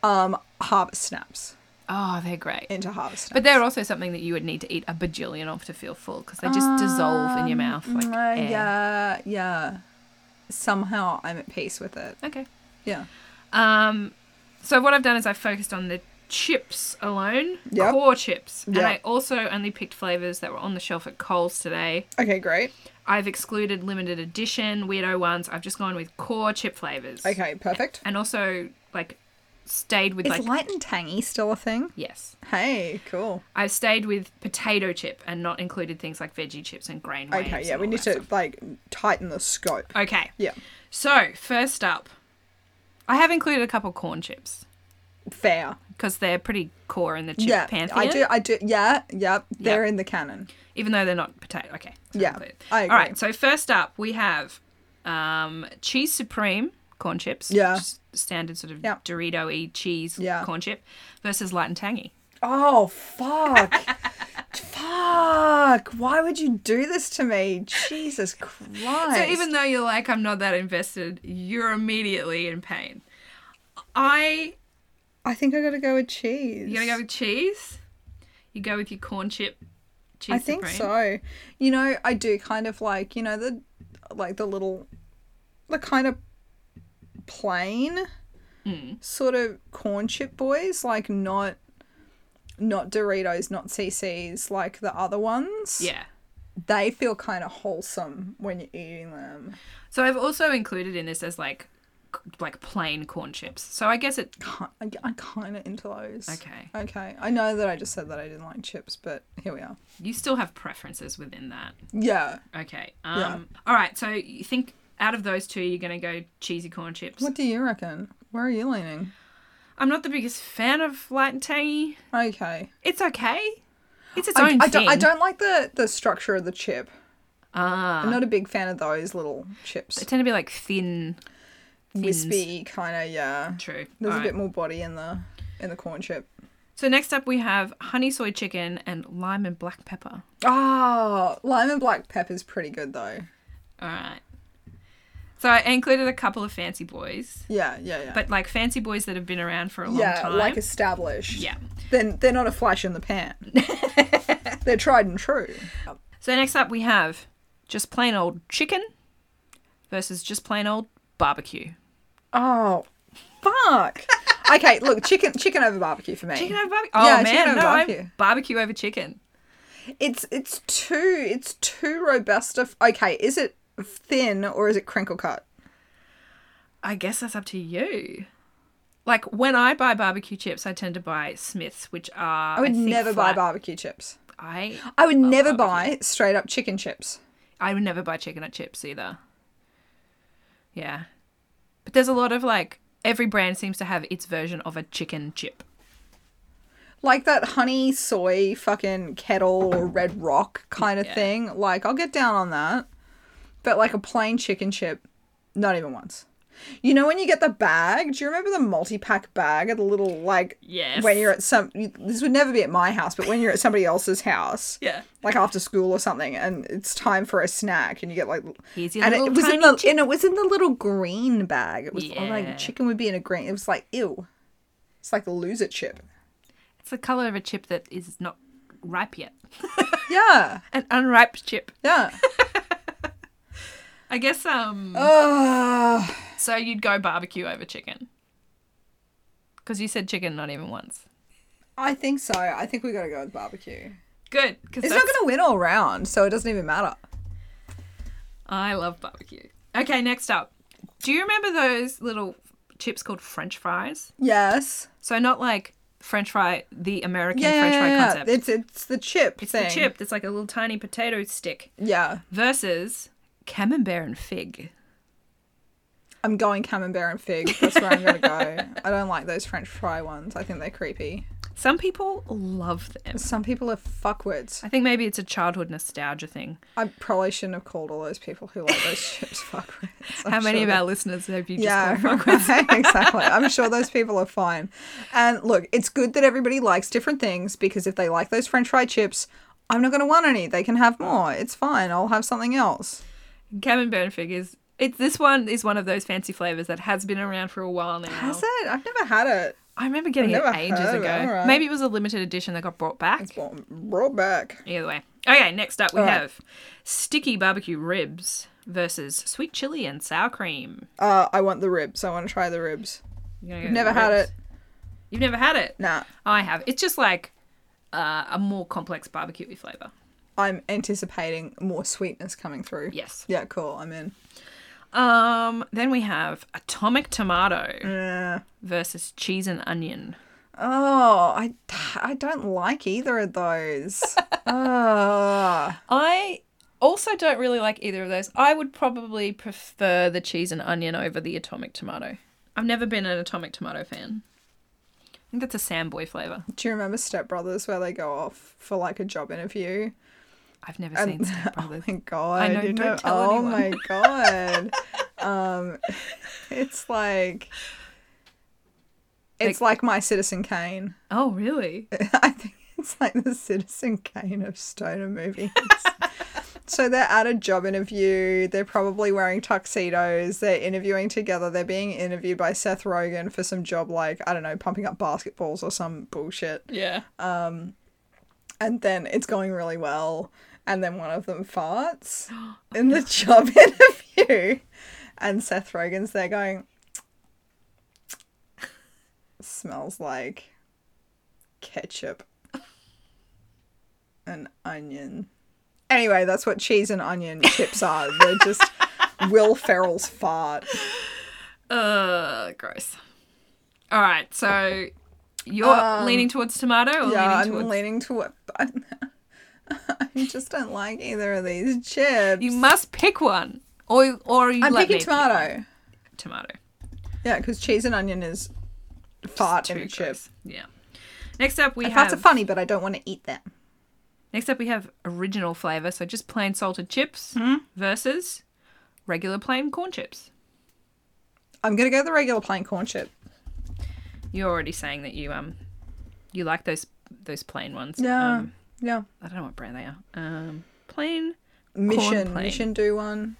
[SPEAKER 1] Um, harvest snaps
[SPEAKER 2] Oh, they're great.
[SPEAKER 1] into harvest snaps.
[SPEAKER 2] But they're also something that you would need to eat a bajillion of to feel full because they just dissolve in your mouth like
[SPEAKER 1] Uh,
[SPEAKER 2] air.
[SPEAKER 1] yeah, yeah. Somehow I'm at peace with it.
[SPEAKER 2] Okay.
[SPEAKER 1] Yeah.
[SPEAKER 2] Um, so what I've done is I focused on the chips alone,
[SPEAKER 1] Yep.
[SPEAKER 2] core chips, and
[SPEAKER 1] Yep.
[SPEAKER 2] I also only picked flavors that were on the shelf at Coles today.
[SPEAKER 1] Okay, great.
[SPEAKER 2] I've excluded limited edition weirdo ones. I've just gone with core chip flavors.
[SPEAKER 1] Okay, perfect.
[SPEAKER 2] And also like stayed with
[SPEAKER 1] Is
[SPEAKER 2] like
[SPEAKER 1] light and tangy still a thing?
[SPEAKER 2] yes.
[SPEAKER 1] Hey, cool.
[SPEAKER 2] I've stayed with potato chip and not included things like veggie chips and grain waves.
[SPEAKER 1] Okay, yeah,
[SPEAKER 2] and
[SPEAKER 1] we
[SPEAKER 2] all
[SPEAKER 1] need
[SPEAKER 2] that
[SPEAKER 1] to
[SPEAKER 2] stuff.
[SPEAKER 1] like tighten the scope.
[SPEAKER 2] Okay.
[SPEAKER 1] Yeah.
[SPEAKER 2] So, first up, I have included a couple corn chips
[SPEAKER 1] Fair.
[SPEAKER 2] because they're pretty core in the chip
[SPEAKER 1] yeah.
[SPEAKER 2] pantheon.
[SPEAKER 1] I do I do yeah, yeah. They're in the canon.
[SPEAKER 2] Even though they're not potato. Okay. so
[SPEAKER 1] Yeah,
[SPEAKER 2] included.
[SPEAKER 1] I
[SPEAKER 2] All
[SPEAKER 1] agree.
[SPEAKER 2] right. So, first up, we have um, Cheese Supreme corn chips.
[SPEAKER 1] Yeah.
[SPEAKER 2] just Standard sort of
[SPEAKER 1] Yeah.
[SPEAKER 2] Dorito y cheese
[SPEAKER 1] Yeah.
[SPEAKER 2] corn chip versus light and tangy.
[SPEAKER 1] Oh fuck. fuck. Why would you do this to me? Jesus Christ.
[SPEAKER 2] So, even though you're like, I'm not that invested, you're immediately in pain. I.
[SPEAKER 1] I think I gotta go with cheese.
[SPEAKER 2] You gotta go with cheese? You go with your corn chip cheese
[SPEAKER 1] I think so.
[SPEAKER 2] Supreme?
[SPEAKER 1] You know, I do kind of like, you know, the like the little the kind of plain
[SPEAKER 2] Hmm.
[SPEAKER 1] sort of corn chip boys, like not not Doritos, not CC's, like the other ones.
[SPEAKER 2] Yeah.
[SPEAKER 1] They feel kind of wholesome when you're eating them.
[SPEAKER 2] So I've also included in this as like like plain corn chips. So I guess it.
[SPEAKER 1] Ki- I- I'm kind of into those.
[SPEAKER 2] Okay.
[SPEAKER 1] Okay. I know that I just said that I didn't like chips, but here we are.
[SPEAKER 2] You still have preferences within that.
[SPEAKER 1] Yeah.
[SPEAKER 2] Okay. Um,
[SPEAKER 1] Yeah.
[SPEAKER 2] All right. So you think out of those two, you're going to go cheesy corn chips.
[SPEAKER 1] What do you reckon? Where are you leaning?
[SPEAKER 2] I'm not the biggest fan of light and tangy.
[SPEAKER 1] Okay.
[SPEAKER 2] It's okay. It's its
[SPEAKER 1] I,
[SPEAKER 2] own
[SPEAKER 1] I
[SPEAKER 2] thing.
[SPEAKER 1] don't, I don't like the, the structure of the chip.
[SPEAKER 2] Ah,
[SPEAKER 1] I'm not a big fan of those little chips.
[SPEAKER 2] they tend to be like thin. thins.
[SPEAKER 1] Wispy kind of, yeah.
[SPEAKER 2] True.
[SPEAKER 1] There's a
[SPEAKER 2] Alright.
[SPEAKER 1] bit more body in the in the corn chip.
[SPEAKER 2] So next up, we have honey soy chicken and lime and black pepper.
[SPEAKER 1] Ah, lime and black pepper's pretty good though.
[SPEAKER 2] All right. So I included a couple of fancy boys,
[SPEAKER 1] Yeah, yeah, yeah.
[SPEAKER 2] but like fancy boys that have been around for a long
[SPEAKER 1] yeah,
[SPEAKER 2] time.
[SPEAKER 1] like established.
[SPEAKER 2] yeah.
[SPEAKER 1] Then they're not a flash in the pan. they're tried and true.
[SPEAKER 2] So next up, we have just plain old chicken versus just plain old barbecue.
[SPEAKER 1] Oh, fuck. okay, look, chicken chicken over barbecue for me.
[SPEAKER 2] Chicken over barbecue. Oh
[SPEAKER 1] Yeah,
[SPEAKER 2] man,
[SPEAKER 1] chicken over
[SPEAKER 2] no,
[SPEAKER 1] barbecue.
[SPEAKER 2] I'm barbecue over chicken.
[SPEAKER 1] It's it's too it's too robusta. F- okay, is it thin or is it crinkle cut?
[SPEAKER 2] I guess that's up to you. Like when I buy barbecue chips, I tend to buy Smiths, which are
[SPEAKER 1] I would
[SPEAKER 2] think,
[SPEAKER 1] never buy
[SPEAKER 2] flat-
[SPEAKER 1] barbecue chips.
[SPEAKER 2] I
[SPEAKER 1] I would never buy straight up chicken chips.
[SPEAKER 2] I would never buy chicken at chips either. Yeah. But there's a lot of like every brand seems to have its version of a chicken chip.
[SPEAKER 1] Like that honey soy fucking kettle or red rock kind of
[SPEAKER 2] Yeah.
[SPEAKER 1] thing. Like I'll get down on that. But like a plain chicken chip, not even once. You know when you get the bag? Do you remember the multi-pack bag of the little like
[SPEAKER 2] Yes.
[SPEAKER 1] when you're at some you- this would never be at my house, but when you're at somebody else's house.
[SPEAKER 2] Yeah.
[SPEAKER 1] Like after school or something, and it's time for a snack, and you get like,
[SPEAKER 2] Here's your
[SPEAKER 1] and it
[SPEAKER 2] little
[SPEAKER 1] was in
[SPEAKER 2] tiny
[SPEAKER 1] the and it was in the little green bag. It was
[SPEAKER 2] Yeah.
[SPEAKER 1] like chicken would be in a green. It was like ew, it's like the loser chip.
[SPEAKER 2] It's the color of a chip that is not ripe yet.
[SPEAKER 1] Yeah,
[SPEAKER 2] An unripe chip.
[SPEAKER 1] yeah.
[SPEAKER 2] I guess um
[SPEAKER 1] Oh. Ugh.
[SPEAKER 2] so you'd go barbecue over chicken. Cuz you said chicken not even once.
[SPEAKER 1] I think so. I think we gotta go with barbecue.
[SPEAKER 2] Good, cuz
[SPEAKER 1] It's not gonna win all round, so it doesn't even matter.
[SPEAKER 2] I love barbecue. Okay, next up. Do you remember those little chips called french fries?
[SPEAKER 1] Yes.
[SPEAKER 2] So not like french fry the American
[SPEAKER 1] Yeah,
[SPEAKER 2] french
[SPEAKER 1] yeah,
[SPEAKER 2] fry
[SPEAKER 1] yeah.
[SPEAKER 2] concept.
[SPEAKER 1] It's it's the chip
[SPEAKER 2] It's
[SPEAKER 1] thing.
[SPEAKER 2] the chip that's like a little tiny potato stick
[SPEAKER 1] Yeah,
[SPEAKER 2] versus camembert and fig.
[SPEAKER 1] I'm going camembert and fig. That's where I'm gonna go. I don't like those French fry ones. I think they're creepy.
[SPEAKER 2] Some people love them.
[SPEAKER 1] Some people are fuckwits.
[SPEAKER 2] I think maybe it's a childhood nostalgia thing.
[SPEAKER 1] I probably shouldn't have called all those people who like those chips fuckwits. I'm
[SPEAKER 2] How many
[SPEAKER 1] Oh, sure
[SPEAKER 2] of
[SPEAKER 1] that-
[SPEAKER 2] our listeners have you just
[SPEAKER 1] Yeah,
[SPEAKER 2] called fuck-
[SPEAKER 1] right, exactly. I'm sure those people are fine. And look, it's good that everybody likes different things because if they like those French fry chips, I'm not going to want any. They can have more. It's fine. I'll have something else.
[SPEAKER 2] camembert and fig is it's this one is one of those fancy flavors that has been around for a while now.
[SPEAKER 1] Has it? I've never had it.
[SPEAKER 2] I remember getting
[SPEAKER 1] I've
[SPEAKER 2] it
[SPEAKER 1] never
[SPEAKER 2] ages
[SPEAKER 1] heard of
[SPEAKER 2] ago.
[SPEAKER 1] it, alright.
[SPEAKER 2] Maybe it was a limited edition that got brought back.
[SPEAKER 1] It's brought- brought back.
[SPEAKER 2] Either way. Okay, next up we
[SPEAKER 1] Alright.
[SPEAKER 2] have sticky barbecue ribs versus sweet chili and sour cream.
[SPEAKER 1] Uh, I want the ribs. I want to try the ribs.
[SPEAKER 2] You're gonna go
[SPEAKER 1] Never
[SPEAKER 2] with the
[SPEAKER 1] had
[SPEAKER 2] ribs?
[SPEAKER 1] it.
[SPEAKER 2] You've never had it?
[SPEAKER 1] Nah,
[SPEAKER 2] I have. It's just like uh, a more complex barbecue flavor.
[SPEAKER 1] I'm anticipating more sweetness coming through.
[SPEAKER 2] Yes.
[SPEAKER 1] Yeah, cool. I'm in.
[SPEAKER 2] Um. Then we have atomic tomato
[SPEAKER 1] Yeah.
[SPEAKER 2] versus cheese and onion.
[SPEAKER 1] Oh, I, I don't like either of those. Ugh.
[SPEAKER 2] I also don't really like either of those. I would probably prefer the cheese and onion over the atomic tomato. I've never been an atomic tomato fan. I think that's a Samboy flavor.
[SPEAKER 1] Do you remember Step Brothers where they go off for like a job interview?
[SPEAKER 2] I've never
[SPEAKER 1] And
[SPEAKER 2] seen Step
[SPEAKER 1] oh
[SPEAKER 2] Brothers.
[SPEAKER 1] my god!
[SPEAKER 2] know,
[SPEAKER 1] you
[SPEAKER 2] don't
[SPEAKER 1] know-
[SPEAKER 2] tell
[SPEAKER 1] oh
[SPEAKER 2] anyone.
[SPEAKER 1] my god! um, it's like it's like my Citizen Kane.
[SPEAKER 2] oh, really?
[SPEAKER 1] I think it's like the Citizen Kane of stoner movies. so they're at a job interview. They're probably wearing tuxedos. They're interviewing together. They're being interviewed by Seth Rogen for some job, like I don't know, pumping up basketballs or some bullshit.
[SPEAKER 2] Yeah.
[SPEAKER 1] and then it's going really well and then one of them farts in the job interview and seth rogen's there going smells like ketchup and onion anyway that's what cheese and onion chips are they're just will ferrell's fart
[SPEAKER 2] Uh, gross. All right, so you're
[SPEAKER 1] Um,
[SPEAKER 2] leaning towards tomato or
[SPEAKER 1] yeah,
[SPEAKER 2] leaning towards.
[SPEAKER 1] I'm leaning to it. but I just don't like either of these chips.
[SPEAKER 2] you must pick one, or or you
[SPEAKER 1] I'm
[SPEAKER 2] let
[SPEAKER 1] picking
[SPEAKER 2] me pick
[SPEAKER 1] tomato.
[SPEAKER 2] one. tomato.
[SPEAKER 1] Yeah, because cheese and onion is fart
[SPEAKER 2] Too
[SPEAKER 1] in a chip.
[SPEAKER 2] gross. Yeah. Next up, we
[SPEAKER 1] And farts
[SPEAKER 2] have
[SPEAKER 1] are funny, but I don't want to eat them.
[SPEAKER 2] next up we have original flavor, so just plain salted chips
[SPEAKER 1] Hmm?
[SPEAKER 2] versus regular plain corn chips.
[SPEAKER 1] I'm gonna go the regular plain corn chip.
[SPEAKER 2] You're already saying that you um you like those those plain ones. Um,
[SPEAKER 1] yeah.
[SPEAKER 2] I don't know what brand they are. Um, plain.
[SPEAKER 1] Mission,
[SPEAKER 2] plain.
[SPEAKER 1] Mission do one.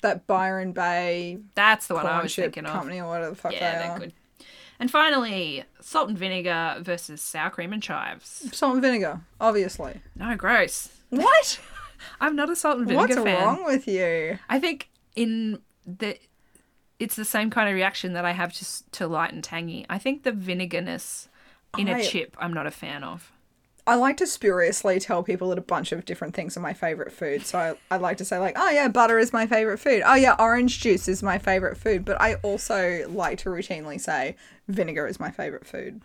[SPEAKER 1] That Byron Bay
[SPEAKER 2] That's the one Oh, I
[SPEAKER 1] corn
[SPEAKER 2] was
[SPEAKER 1] chip
[SPEAKER 2] thinking of.
[SPEAKER 1] company or whatever the fuck
[SPEAKER 2] Yeah,
[SPEAKER 1] they
[SPEAKER 2] they're
[SPEAKER 1] are.
[SPEAKER 2] good. And finally, salt and vinegar versus sour cream and chives.
[SPEAKER 1] Salt and vinegar, obviously.
[SPEAKER 2] No, gross.
[SPEAKER 1] What?
[SPEAKER 2] I'm not a salt and vinegar
[SPEAKER 1] What's
[SPEAKER 2] fan.
[SPEAKER 1] wrong with you?
[SPEAKER 2] I think in the it's the same kind of reaction that I have to s- to light and tangy. I think the vinegarness in a
[SPEAKER 1] I-
[SPEAKER 2] chip I'm not a fan of.
[SPEAKER 1] I like to spuriously tell people that a bunch of different things are my favorite food. So I, I like to say like, oh yeah, butter is my favorite food. Oh yeah, orange juice is my favorite food. But I also like to routinely say vinegar is my favorite food.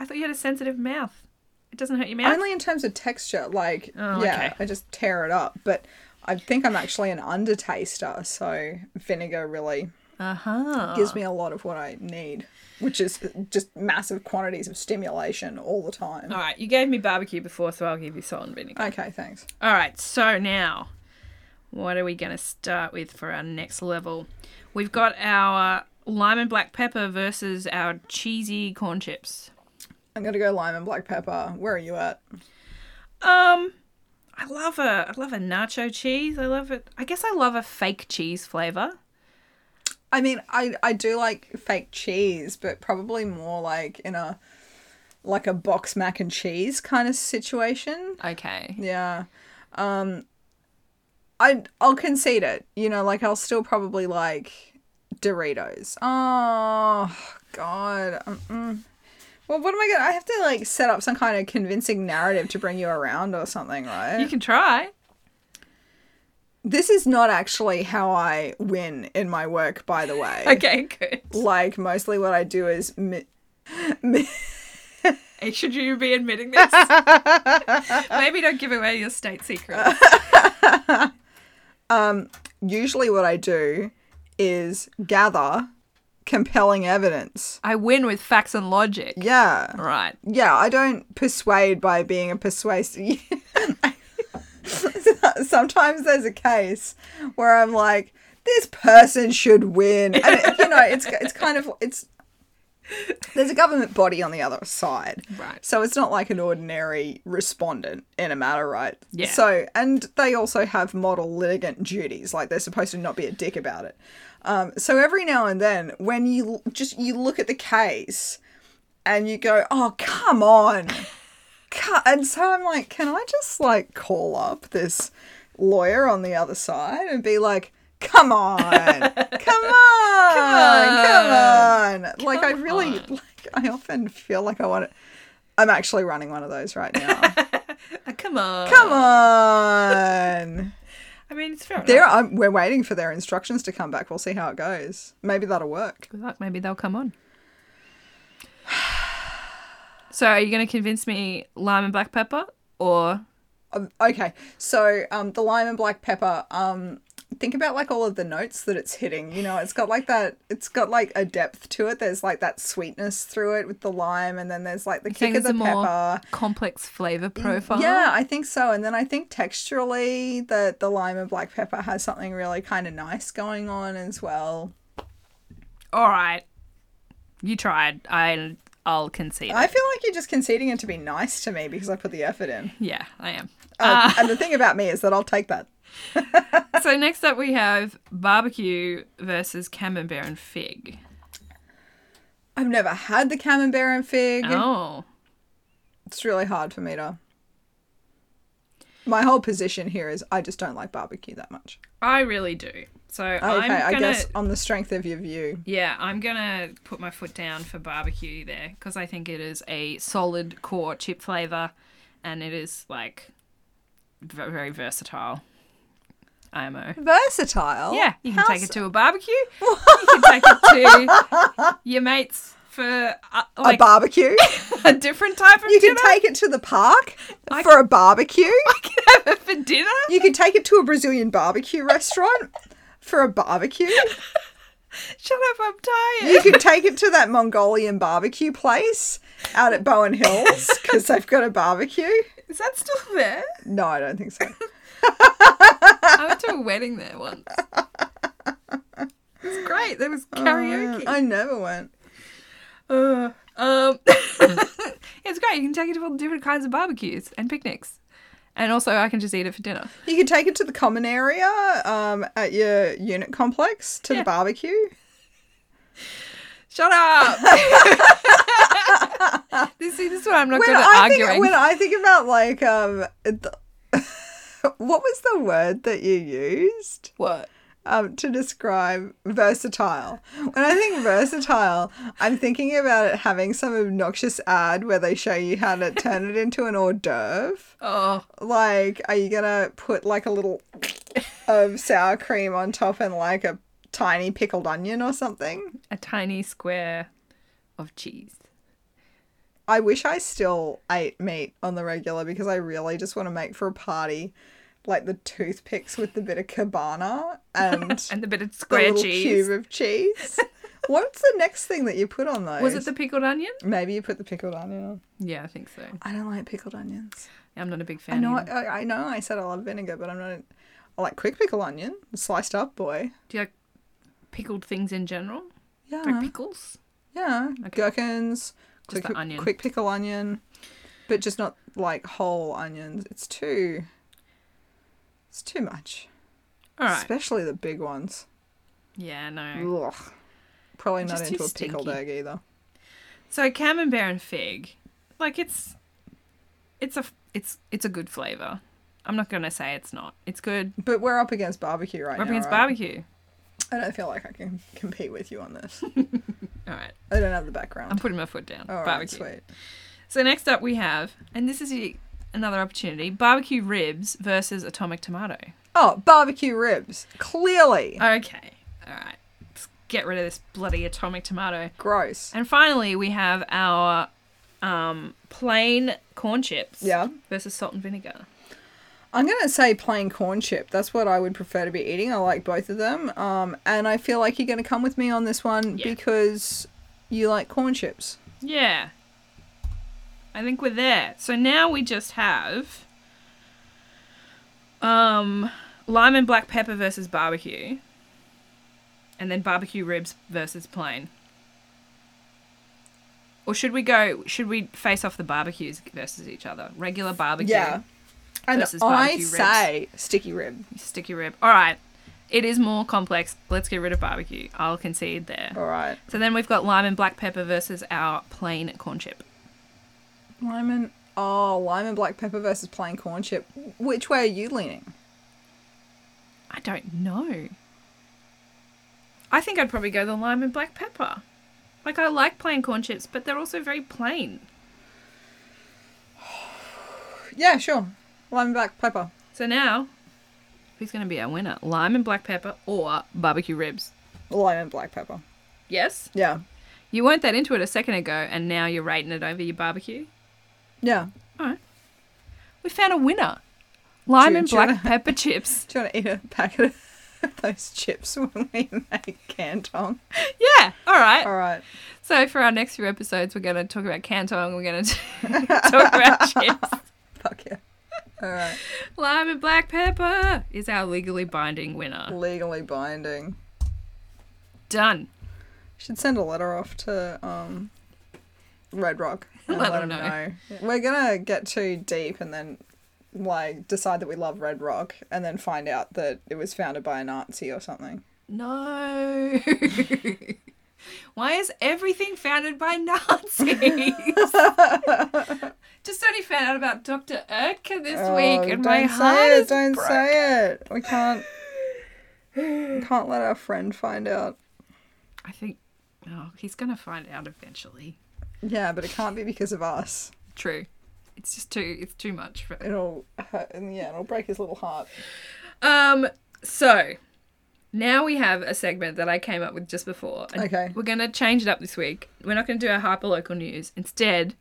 [SPEAKER 2] I thought you had a sensitive mouth. It doesn't hurt your mouth.
[SPEAKER 1] Only in terms of texture, like
[SPEAKER 2] Oh,
[SPEAKER 1] yeah,
[SPEAKER 2] okay.
[SPEAKER 1] I just tear it up. But I think I'm actually an undertaster, so vinegar really
[SPEAKER 2] Uh huh.
[SPEAKER 1] gives me a lot of what I need, which is just massive quantities of stimulation all the time.
[SPEAKER 2] All right, you gave me barbecue before, so I'll give you salt and vinegar.
[SPEAKER 1] Okay, thanks.
[SPEAKER 2] All right, so now what are we going to start with for our next level? We've got our lime and black pepper versus our cheesy corn chips.
[SPEAKER 1] I'm gonna go lime and black pepper. Where are you at?
[SPEAKER 2] Um, I love a I love a nacho cheese. I love it. I guess I love a fake cheese flavor.
[SPEAKER 1] I mean, I I do like fake cheese, but probably more like in a like a box mac and cheese kind of situation.
[SPEAKER 2] Okay.
[SPEAKER 1] Yeah. Um I I'll concede it. You know, like I'll still probably like Doritos. Oh god. Mm-mm. Well, what am I gonna? I have to like set up some kind of convincing narrative to bring you around or something,
[SPEAKER 2] You
[SPEAKER 1] right?
[SPEAKER 2] can try.
[SPEAKER 1] This is not actually how I win in my work, by the way.
[SPEAKER 2] Okay, good.
[SPEAKER 1] Like mostly what I do is mi-
[SPEAKER 2] Hey, Should you be admitting this? Maybe don't give away your state secret.
[SPEAKER 1] usually what I do is gather compelling evidence.
[SPEAKER 2] I win with facts and logic.
[SPEAKER 1] Yeah.
[SPEAKER 2] Right.
[SPEAKER 1] yeah, I don't persuade by being a persuasive. Sometimes there's a case where I'm like, this person should win, and it- you know, it's it's kind of it's. There's a government body on the other side,
[SPEAKER 2] Right.
[SPEAKER 1] So it's not like an ordinary respondent in a matter, right?
[SPEAKER 2] Yeah.
[SPEAKER 1] So and they also have model litigant duties, like they're supposed to not be a dick about it. Um, so every now and then, when you l- just you look at the case, and you go, "Oh, come on." Ca- And so I'm like, "Can I just like call up this lawyer on the other side and be like, "Come on. Come on. come on. Like I really like I often feel like I want to I'm actually running one of those right now.
[SPEAKER 2] Uh, come on.
[SPEAKER 1] Come on.
[SPEAKER 2] I mean, it's fair enough.
[SPEAKER 1] There I'm, we're waiting for their instructions to come back. We'll see how it goes. Maybe that'll work.
[SPEAKER 2] Good luck. Maybe they'll come on. So, are you going to convince me lime and black pepper or
[SPEAKER 1] Um, okay so um the lime and black pepper um think about like all of the notes that it's hitting you know it's got like that it's got like a depth to it there's like that sweetness through it with the lime and then there's like the
[SPEAKER 2] think
[SPEAKER 1] kick of
[SPEAKER 2] it's
[SPEAKER 1] the
[SPEAKER 2] a more
[SPEAKER 1] pepper
[SPEAKER 2] complex flavor profile?
[SPEAKER 1] yeah i think so and then i think texturally the the lime and black pepper has something really kind of nice going on as well
[SPEAKER 2] All right. You tried. I I'll concede. it.
[SPEAKER 1] i feel like you're just conceding it to be nice to me because i put the effort in
[SPEAKER 2] yeah, I am.
[SPEAKER 1] um,
[SPEAKER 2] Ah.
[SPEAKER 1] and the thing about me is that i'll take that
[SPEAKER 2] Uh, so next up we have barbecue versus camembert and fig.
[SPEAKER 1] i've never had the camembert and fig
[SPEAKER 2] Oh.
[SPEAKER 1] It's really hard for me to. My whole position here is I just don't like barbecue that much.
[SPEAKER 2] I really do. So
[SPEAKER 1] Oh, Okay,
[SPEAKER 2] I'm gonna
[SPEAKER 1] I guess on the strength of your view.
[SPEAKER 2] Yeah, I'm gonna put my foot down for barbecue there because I think it is a solid core chip flavor, and it is like ve- very versatile. IMO.
[SPEAKER 1] Versatile.
[SPEAKER 2] Yeah, you can
[SPEAKER 1] How
[SPEAKER 2] take
[SPEAKER 1] s-
[SPEAKER 2] it to a barbecue. you can take it to your mates for uh,
[SPEAKER 1] a
[SPEAKER 2] like a,
[SPEAKER 1] barbecue.
[SPEAKER 2] different type of
[SPEAKER 1] You can
[SPEAKER 2] dinner.
[SPEAKER 1] take it to the park
[SPEAKER 2] I
[SPEAKER 1] for a barbecue.
[SPEAKER 2] Can have it for dinner.
[SPEAKER 1] You can take it to a Brazilian barbecue restaurant for a barbecue.
[SPEAKER 2] Shut up, I'm tired.
[SPEAKER 1] You can take it to that Mongolian barbecue place out at Bowen Hills because they've got a barbecue.
[SPEAKER 2] Is that still there?
[SPEAKER 1] No, I don't think so.
[SPEAKER 2] I went to a wedding there once. It's great. There
[SPEAKER 1] Oh,
[SPEAKER 2] was karaoke.
[SPEAKER 1] I never went.
[SPEAKER 2] Ugh. um, it's great. You can take it to all different kinds of barbecues and picnics, and also I can just eat it for dinner.
[SPEAKER 1] You can take it to the common area um, at your unit complex to
[SPEAKER 2] Yeah.
[SPEAKER 1] the barbecue.
[SPEAKER 2] Shut up. this, see, this is what I'm not
[SPEAKER 1] When
[SPEAKER 2] good at
[SPEAKER 1] I,
[SPEAKER 2] arguing.
[SPEAKER 1] think, when I think about like um, the, what was the word that you used?
[SPEAKER 2] what?
[SPEAKER 1] um, to describe versatile. When I think versatile, I'm thinking about it having some obnoxious ad where they show you how to turn it into an hors d'oeuvre.
[SPEAKER 2] Oh,
[SPEAKER 1] Like, are you gonna put like a little of sour cream on top and like a tiny pickled onion or something?
[SPEAKER 2] a tiny square of cheese.
[SPEAKER 1] I wish I still ate meat on the regular because I really just want to make for a party like the toothpicks with the bit of cabana and
[SPEAKER 2] And the bit of
[SPEAKER 1] the
[SPEAKER 2] square
[SPEAKER 1] little
[SPEAKER 2] cheese.
[SPEAKER 1] cube of cheese. What's the next thing that you put on those?
[SPEAKER 2] Was it the pickled onion?
[SPEAKER 1] Maybe you put the pickled onion on.
[SPEAKER 2] Yeah, I think so.
[SPEAKER 1] I don't like pickled onions.
[SPEAKER 2] I'm not a big fan.
[SPEAKER 1] I know.
[SPEAKER 2] either.
[SPEAKER 1] I, I know. I said I love vinegar, but I'm not. I like quick pickle onion, sliced up, boy.
[SPEAKER 2] Do you like pickled things in general?
[SPEAKER 1] Yeah,
[SPEAKER 2] Like pickles?
[SPEAKER 1] yeah. Gherkins,
[SPEAKER 2] Just
[SPEAKER 1] quick,
[SPEAKER 2] the onion.
[SPEAKER 1] quick pickle onion, but just not like whole onions. It's too. It's too much,
[SPEAKER 2] All right.
[SPEAKER 1] especially the big ones.
[SPEAKER 2] yeah, no.
[SPEAKER 1] Ugh. Probably
[SPEAKER 2] They're
[SPEAKER 1] not
[SPEAKER 2] just too
[SPEAKER 1] into a pickled
[SPEAKER 2] stinky.
[SPEAKER 1] egg either.
[SPEAKER 2] So camembert and fig, like it's, it's a it's it's a good flavor. I'm not gonna say it's not. It's good.
[SPEAKER 1] But we're up against barbecue right
[SPEAKER 2] We're up
[SPEAKER 1] now.
[SPEAKER 2] against
[SPEAKER 1] right?
[SPEAKER 2] barbecue.
[SPEAKER 1] I don't feel like I can compete with you on this.
[SPEAKER 2] All right.
[SPEAKER 1] I don't have the background.
[SPEAKER 2] I'm putting my foot down.
[SPEAKER 1] All right,
[SPEAKER 2] barbecue.
[SPEAKER 1] sweet.
[SPEAKER 2] So next up we have, and this is y- another opportunity: barbecue ribs versus atomic tomato.
[SPEAKER 1] Oh, barbecue ribs. Clearly.
[SPEAKER 2] Okay. All right. Let's get rid of this bloody atomic tomato.
[SPEAKER 1] Gross.
[SPEAKER 2] And finally, we have our um, plain corn chips.
[SPEAKER 1] Yeah.
[SPEAKER 2] Versus salt and vinegar.
[SPEAKER 1] I'm going to say plain corn chip. That's what I would prefer to be eating. I like both of them. Um, and I feel like you're going to come with me on this one
[SPEAKER 2] Yeah.
[SPEAKER 1] because you like corn chips.
[SPEAKER 2] Yeah. I think we're there. So now we just have um lime and black pepper versus barbecue. And then barbecue ribs versus plain. Or should we go should we face off the barbecues versus each other? Regular barbecue.
[SPEAKER 1] Yeah. And
[SPEAKER 2] Versus
[SPEAKER 1] I
[SPEAKER 2] barbecue ribs.
[SPEAKER 1] say sticky rib.
[SPEAKER 2] Sticky rib. Alright. It is more complex. Let's get rid of barbecue. I'll concede there.
[SPEAKER 1] All right.
[SPEAKER 2] So then we've got lime and black pepper versus our plain corn chip.
[SPEAKER 1] Lime and. Oh, lime and black pepper versus plain corn chip. Which way are you leaning?
[SPEAKER 2] I don't know. I think I'd probably go the lime and black pepper. Like I like plain corn chips, but they're also very plain.
[SPEAKER 1] Yeah, sure. Lime and black pepper.
[SPEAKER 2] So now, who's going to be our winner? Lime and black pepper or barbecue ribs?
[SPEAKER 1] Lime and black pepper.
[SPEAKER 2] Yes.
[SPEAKER 1] Yeah.
[SPEAKER 2] You weren't that into it a second ago, and now you're rating it over your barbecue.
[SPEAKER 1] Yeah.
[SPEAKER 2] All right. We found a winner. Lime
[SPEAKER 1] Do-
[SPEAKER 2] and
[SPEAKER 1] do you
[SPEAKER 2] black
[SPEAKER 1] wanna-
[SPEAKER 2] pepper chips.
[SPEAKER 1] Do you want to eat a packet of those chips when we make Canton?
[SPEAKER 2] Yeah. All right.
[SPEAKER 1] All right.
[SPEAKER 2] So for our next few episodes, we're going to talk about Canton. We're going to talk about chips.
[SPEAKER 1] Fuck yeah. All right.
[SPEAKER 2] Lime and black pepper is our legally binding winner.
[SPEAKER 1] Legally binding.
[SPEAKER 2] Done.
[SPEAKER 1] Should send a letter off to um, Red Rock and
[SPEAKER 2] Let
[SPEAKER 1] let,
[SPEAKER 2] them
[SPEAKER 1] them
[SPEAKER 2] know.
[SPEAKER 1] know. We're gonna get too deep and then like decide that we love Red Rock and then find out that it was founded by a Nazi or something.
[SPEAKER 2] No. Why is everything founded by Nazis? Just only found out about Dr. Ertka this week, and my
[SPEAKER 1] Oh, don't
[SPEAKER 2] heart
[SPEAKER 1] say
[SPEAKER 2] is
[SPEAKER 1] it. Don't
[SPEAKER 2] broke.
[SPEAKER 1] say it. We can't. can't let our friend find out.
[SPEAKER 2] I think, oh, he's gonna find out eventually.
[SPEAKER 1] Yeah, but it can't be because of us.
[SPEAKER 2] True. It's just too. It's too much for.
[SPEAKER 1] It'll hurt, yeah, it'll break his little heart.
[SPEAKER 2] Um. So now we have a segment that I came up with just before. and
[SPEAKER 1] Okay.
[SPEAKER 2] We're going to change it up this week. We're not going to do our hyperlocal news. Instead,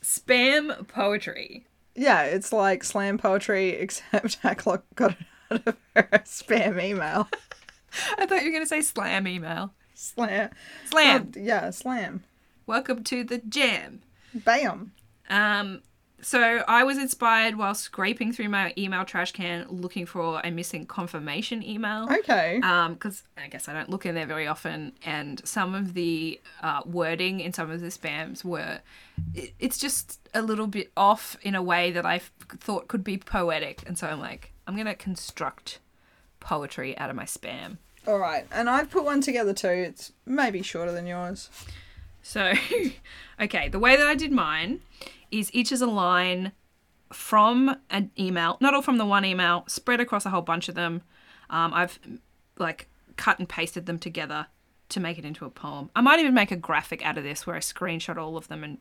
[SPEAKER 2] spam poetry.
[SPEAKER 1] Yeah, it's like slam poetry, except Hacklock got it out of her spam email.
[SPEAKER 2] I thought you were going to say slam email.
[SPEAKER 1] Slam.
[SPEAKER 2] Slam.
[SPEAKER 1] Yeah, slam.
[SPEAKER 2] Welcome to the jam.
[SPEAKER 1] Bam.
[SPEAKER 2] Um, so I was inspired while scraping through my email trash can looking for a missing confirmation email. Uh,
[SPEAKER 1] Okay.
[SPEAKER 2] because Um, I guess I don't look in there very often, and some of the uh, wording in some of the spams were, it, it's just a little bit off in a way that I f- thought could be poetic, and so I'm like, I'm gonna construct poetry out of my spam.
[SPEAKER 1] All right. And I've put one together too. It's maybe shorter than yours.
[SPEAKER 2] So, okay, the way that I did mine is each is a line from an email, not all from the one email, spread across a whole bunch of them. Um, I've like cut and pasted them together to make it into a poem. I might even make a graphic out of this where I screenshot all of them and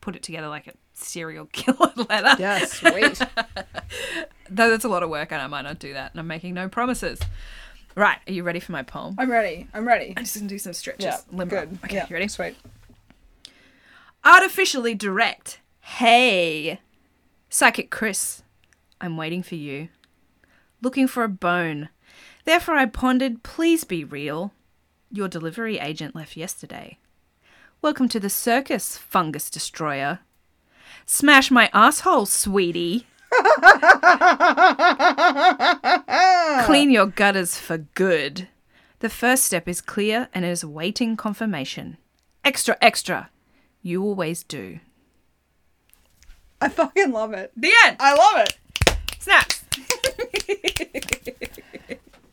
[SPEAKER 2] put it together like a serial killer letter.
[SPEAKER 1] Yeah, sweet.
[SPEAKER 2] Though that's a lot of work and I might not do that, and I'm making no promises. Right, are you ready for my poem?
[SPEAKER 1] I'm ready. I'm ready.
[SPEAKER 2] I'm just gonna do some stretches.
[SPEAKER 1] Yeah.
[SPEAKER 2] Limber up.
[SPEAKER 1] Good.
[SPEAKER 2] Okay,
[SPEAKER 1] yeah.
[SPEAKER 2] you ready?
[SPEAKER 1] Sweet.
[SPEAKER 2] artificially direct. Hey, psychic Chris, I'm waiting for you. Looking for a bone. Therefore, I pondered, please be real. Your delivery agent left yesterday. Welcome to the circus, fungus destroyer. Smash my asshole, sweetie. Clean your gutters for good. The first step is clear and is awaiting confirmation. Extra, extra. You always do.
[SPEAKER 1] I fucking love it.
[SPEAKER 2] The end.
[SPEAKER 1] I love it.
[SPEAKER 2] Snaps.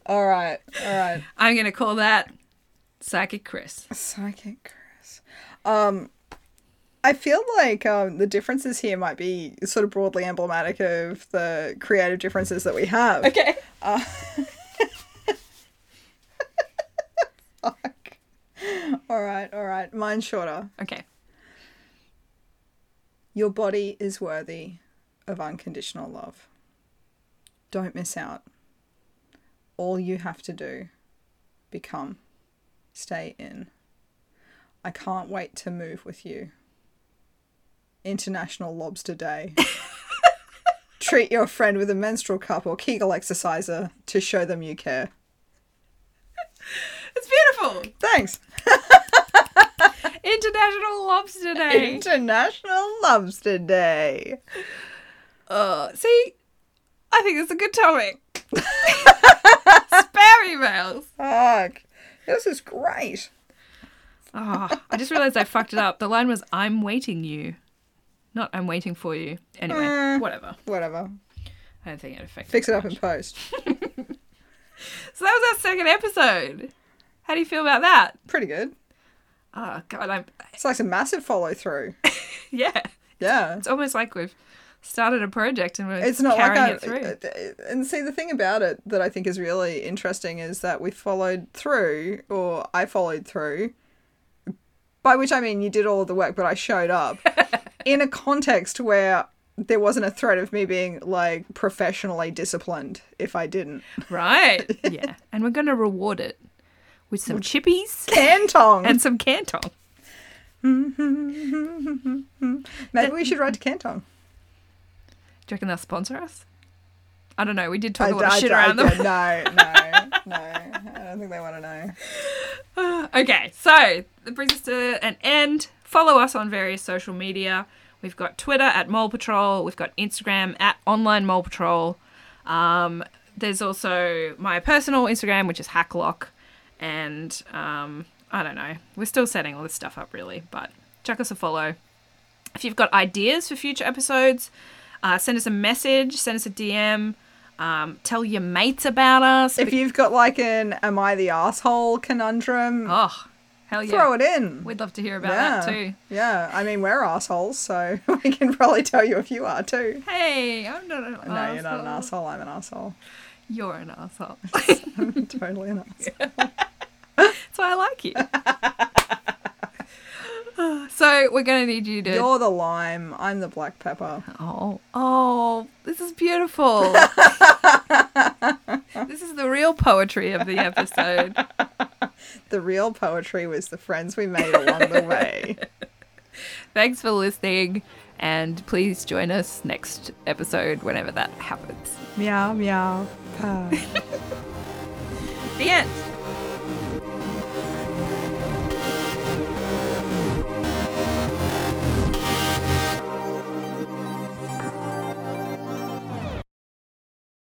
[SPEAKER 1] All right. All right.
[SPEAKER 2] I'm gonna call that psychic Chris.
[SPEAKER 1] Psychic curse. Um, I feel like um, the differences here might be sort of broadly emblematic of the creative differences that we have.
[SPEAKER 2] Okay.
[SPEAKER 1] All right. All right. Mine's shorter.
[SPEAKER 2] Okay.
[SPEAKER 1] Your body is worthy of unconditional love. Don't miss out. All you have to do, become, stay in. I can't wait to move with you. International Lobster Day. Treat your friend with a menstrual cup or Kegel exerciser to show them you care.
[SPEAKER 2] It's beautiful.
[SPEAKER 1] Thanks.
[SPEAKER 2] International Lobster Day.
[SPEAKER 1] International Lobster Day.
[SPEAKER 2] Uh, see, I think it's a good topic. Spare emails.
[SPEAKER 1] Fuck. This is great.
[SPEAKER 2] Oh, I just realized I fucked it up. The line was "I'm waiting you," not "I'm waiting for you." Anyway,
[SPEAKER 1] Eh.
[SPEAKER 2] whatever.
[SPEAKER 1] Whatever.
[SPEAKER 2] I don't think Mm. it affects.
[SPEAKER 1] Fix it up in post.
[SPEAKER 2] So that was our second episode. How do you feel about that?
[SPEAKER 1] Pretty good.
[SPEAKER 2] Oh God, I'm
[SPEAKER 1] It's like a massive follow through.
[SPEAKER 2] yeah.
[SPEAKER 1] Yeah.
[SPEAKER 2] It's almost like we've started a project and we're
[SPEAKER 1] It's not like
[SPEAKER 2] carrying
[SPEAKER 1] I.
[SPEAKER 2] it through.
[SPEAKER 1] uh, And see, the thing about it that I think is really interesting is that we followed through, or I followed through, by which I mean you did all of the work, but I showed up in a context where there wasn't a threat of me being like professionally disciplined if I didn't.
[SPEAKER 2] Right. Yeah. And we're going to reward it with some chippies
[SPEAKER 1] Cantong!
[SPEAKER 2] and some Canton.
[SPEAKER 1] Maybe we should write to Cantong.
[SPEAKER 2] Do you reckon they'll sponsor us? I don't know. We did talk
[SPEAKER 1] I,
[SPEAKER 2] a lot of
[SPEAKER 1] I-
[SPEAKER 2] shit
[SPEAKER 1] I-
[SPEAKER 2] around them.
[SPEAKER 1] No, no, no. I don't think they want to know.
[SPEAKER 2] okay. So that brings us to an end. Follow us on various social media. We've got Twitter at Mole Patrol. We've got Instagram at Online Mole Patrol. Um, there's also my personal Instagram, which is Hacklock. And um, I don't know. We're still setting all this stuff up, really. But chuck us a follow. If you've got ideas for future episodes, uh, send us a message, send us a DM, um, tell your mates about us.
[SPEAKER 1] If you've got like an "Am I the asshole?" conundrum,
[SPEAKER 2] oh, hell yeah.
[SPEAKER 1] throw it in.
[SPEAKER 2] We'd love to hear about
[SPEAKER 1] yeah,
[SPEAKER 2] that too.
[SPEAKER 1] yeah. I mean, we're assholes, so we can probably tell you if you are too.
[SPEAKER 2] Hey, I'm not an
[SPEAKER 1] No, you're not an asshole. I'm an asshole.
[SPEAKER 2] You're an asshole.
[SPEAKER 1] I'm totally an asshole.
[SPEAKER 2] That's why I like you. so we're gonna need you to.
[SPEAKER 1] You're the lime. I'm the black pepper.
[SPEAKER 2] Oh, oh, this is beautiful. this is the poetry of the episode.
[SPEAKER 1] The real poetry was the friends we made along the way.
[SPEAKER 2] Thanks for listening, and please join us next episode whenever that happens.
[SPEAKER 1] meow, meow, pow.
[SPEAKER 2] The end.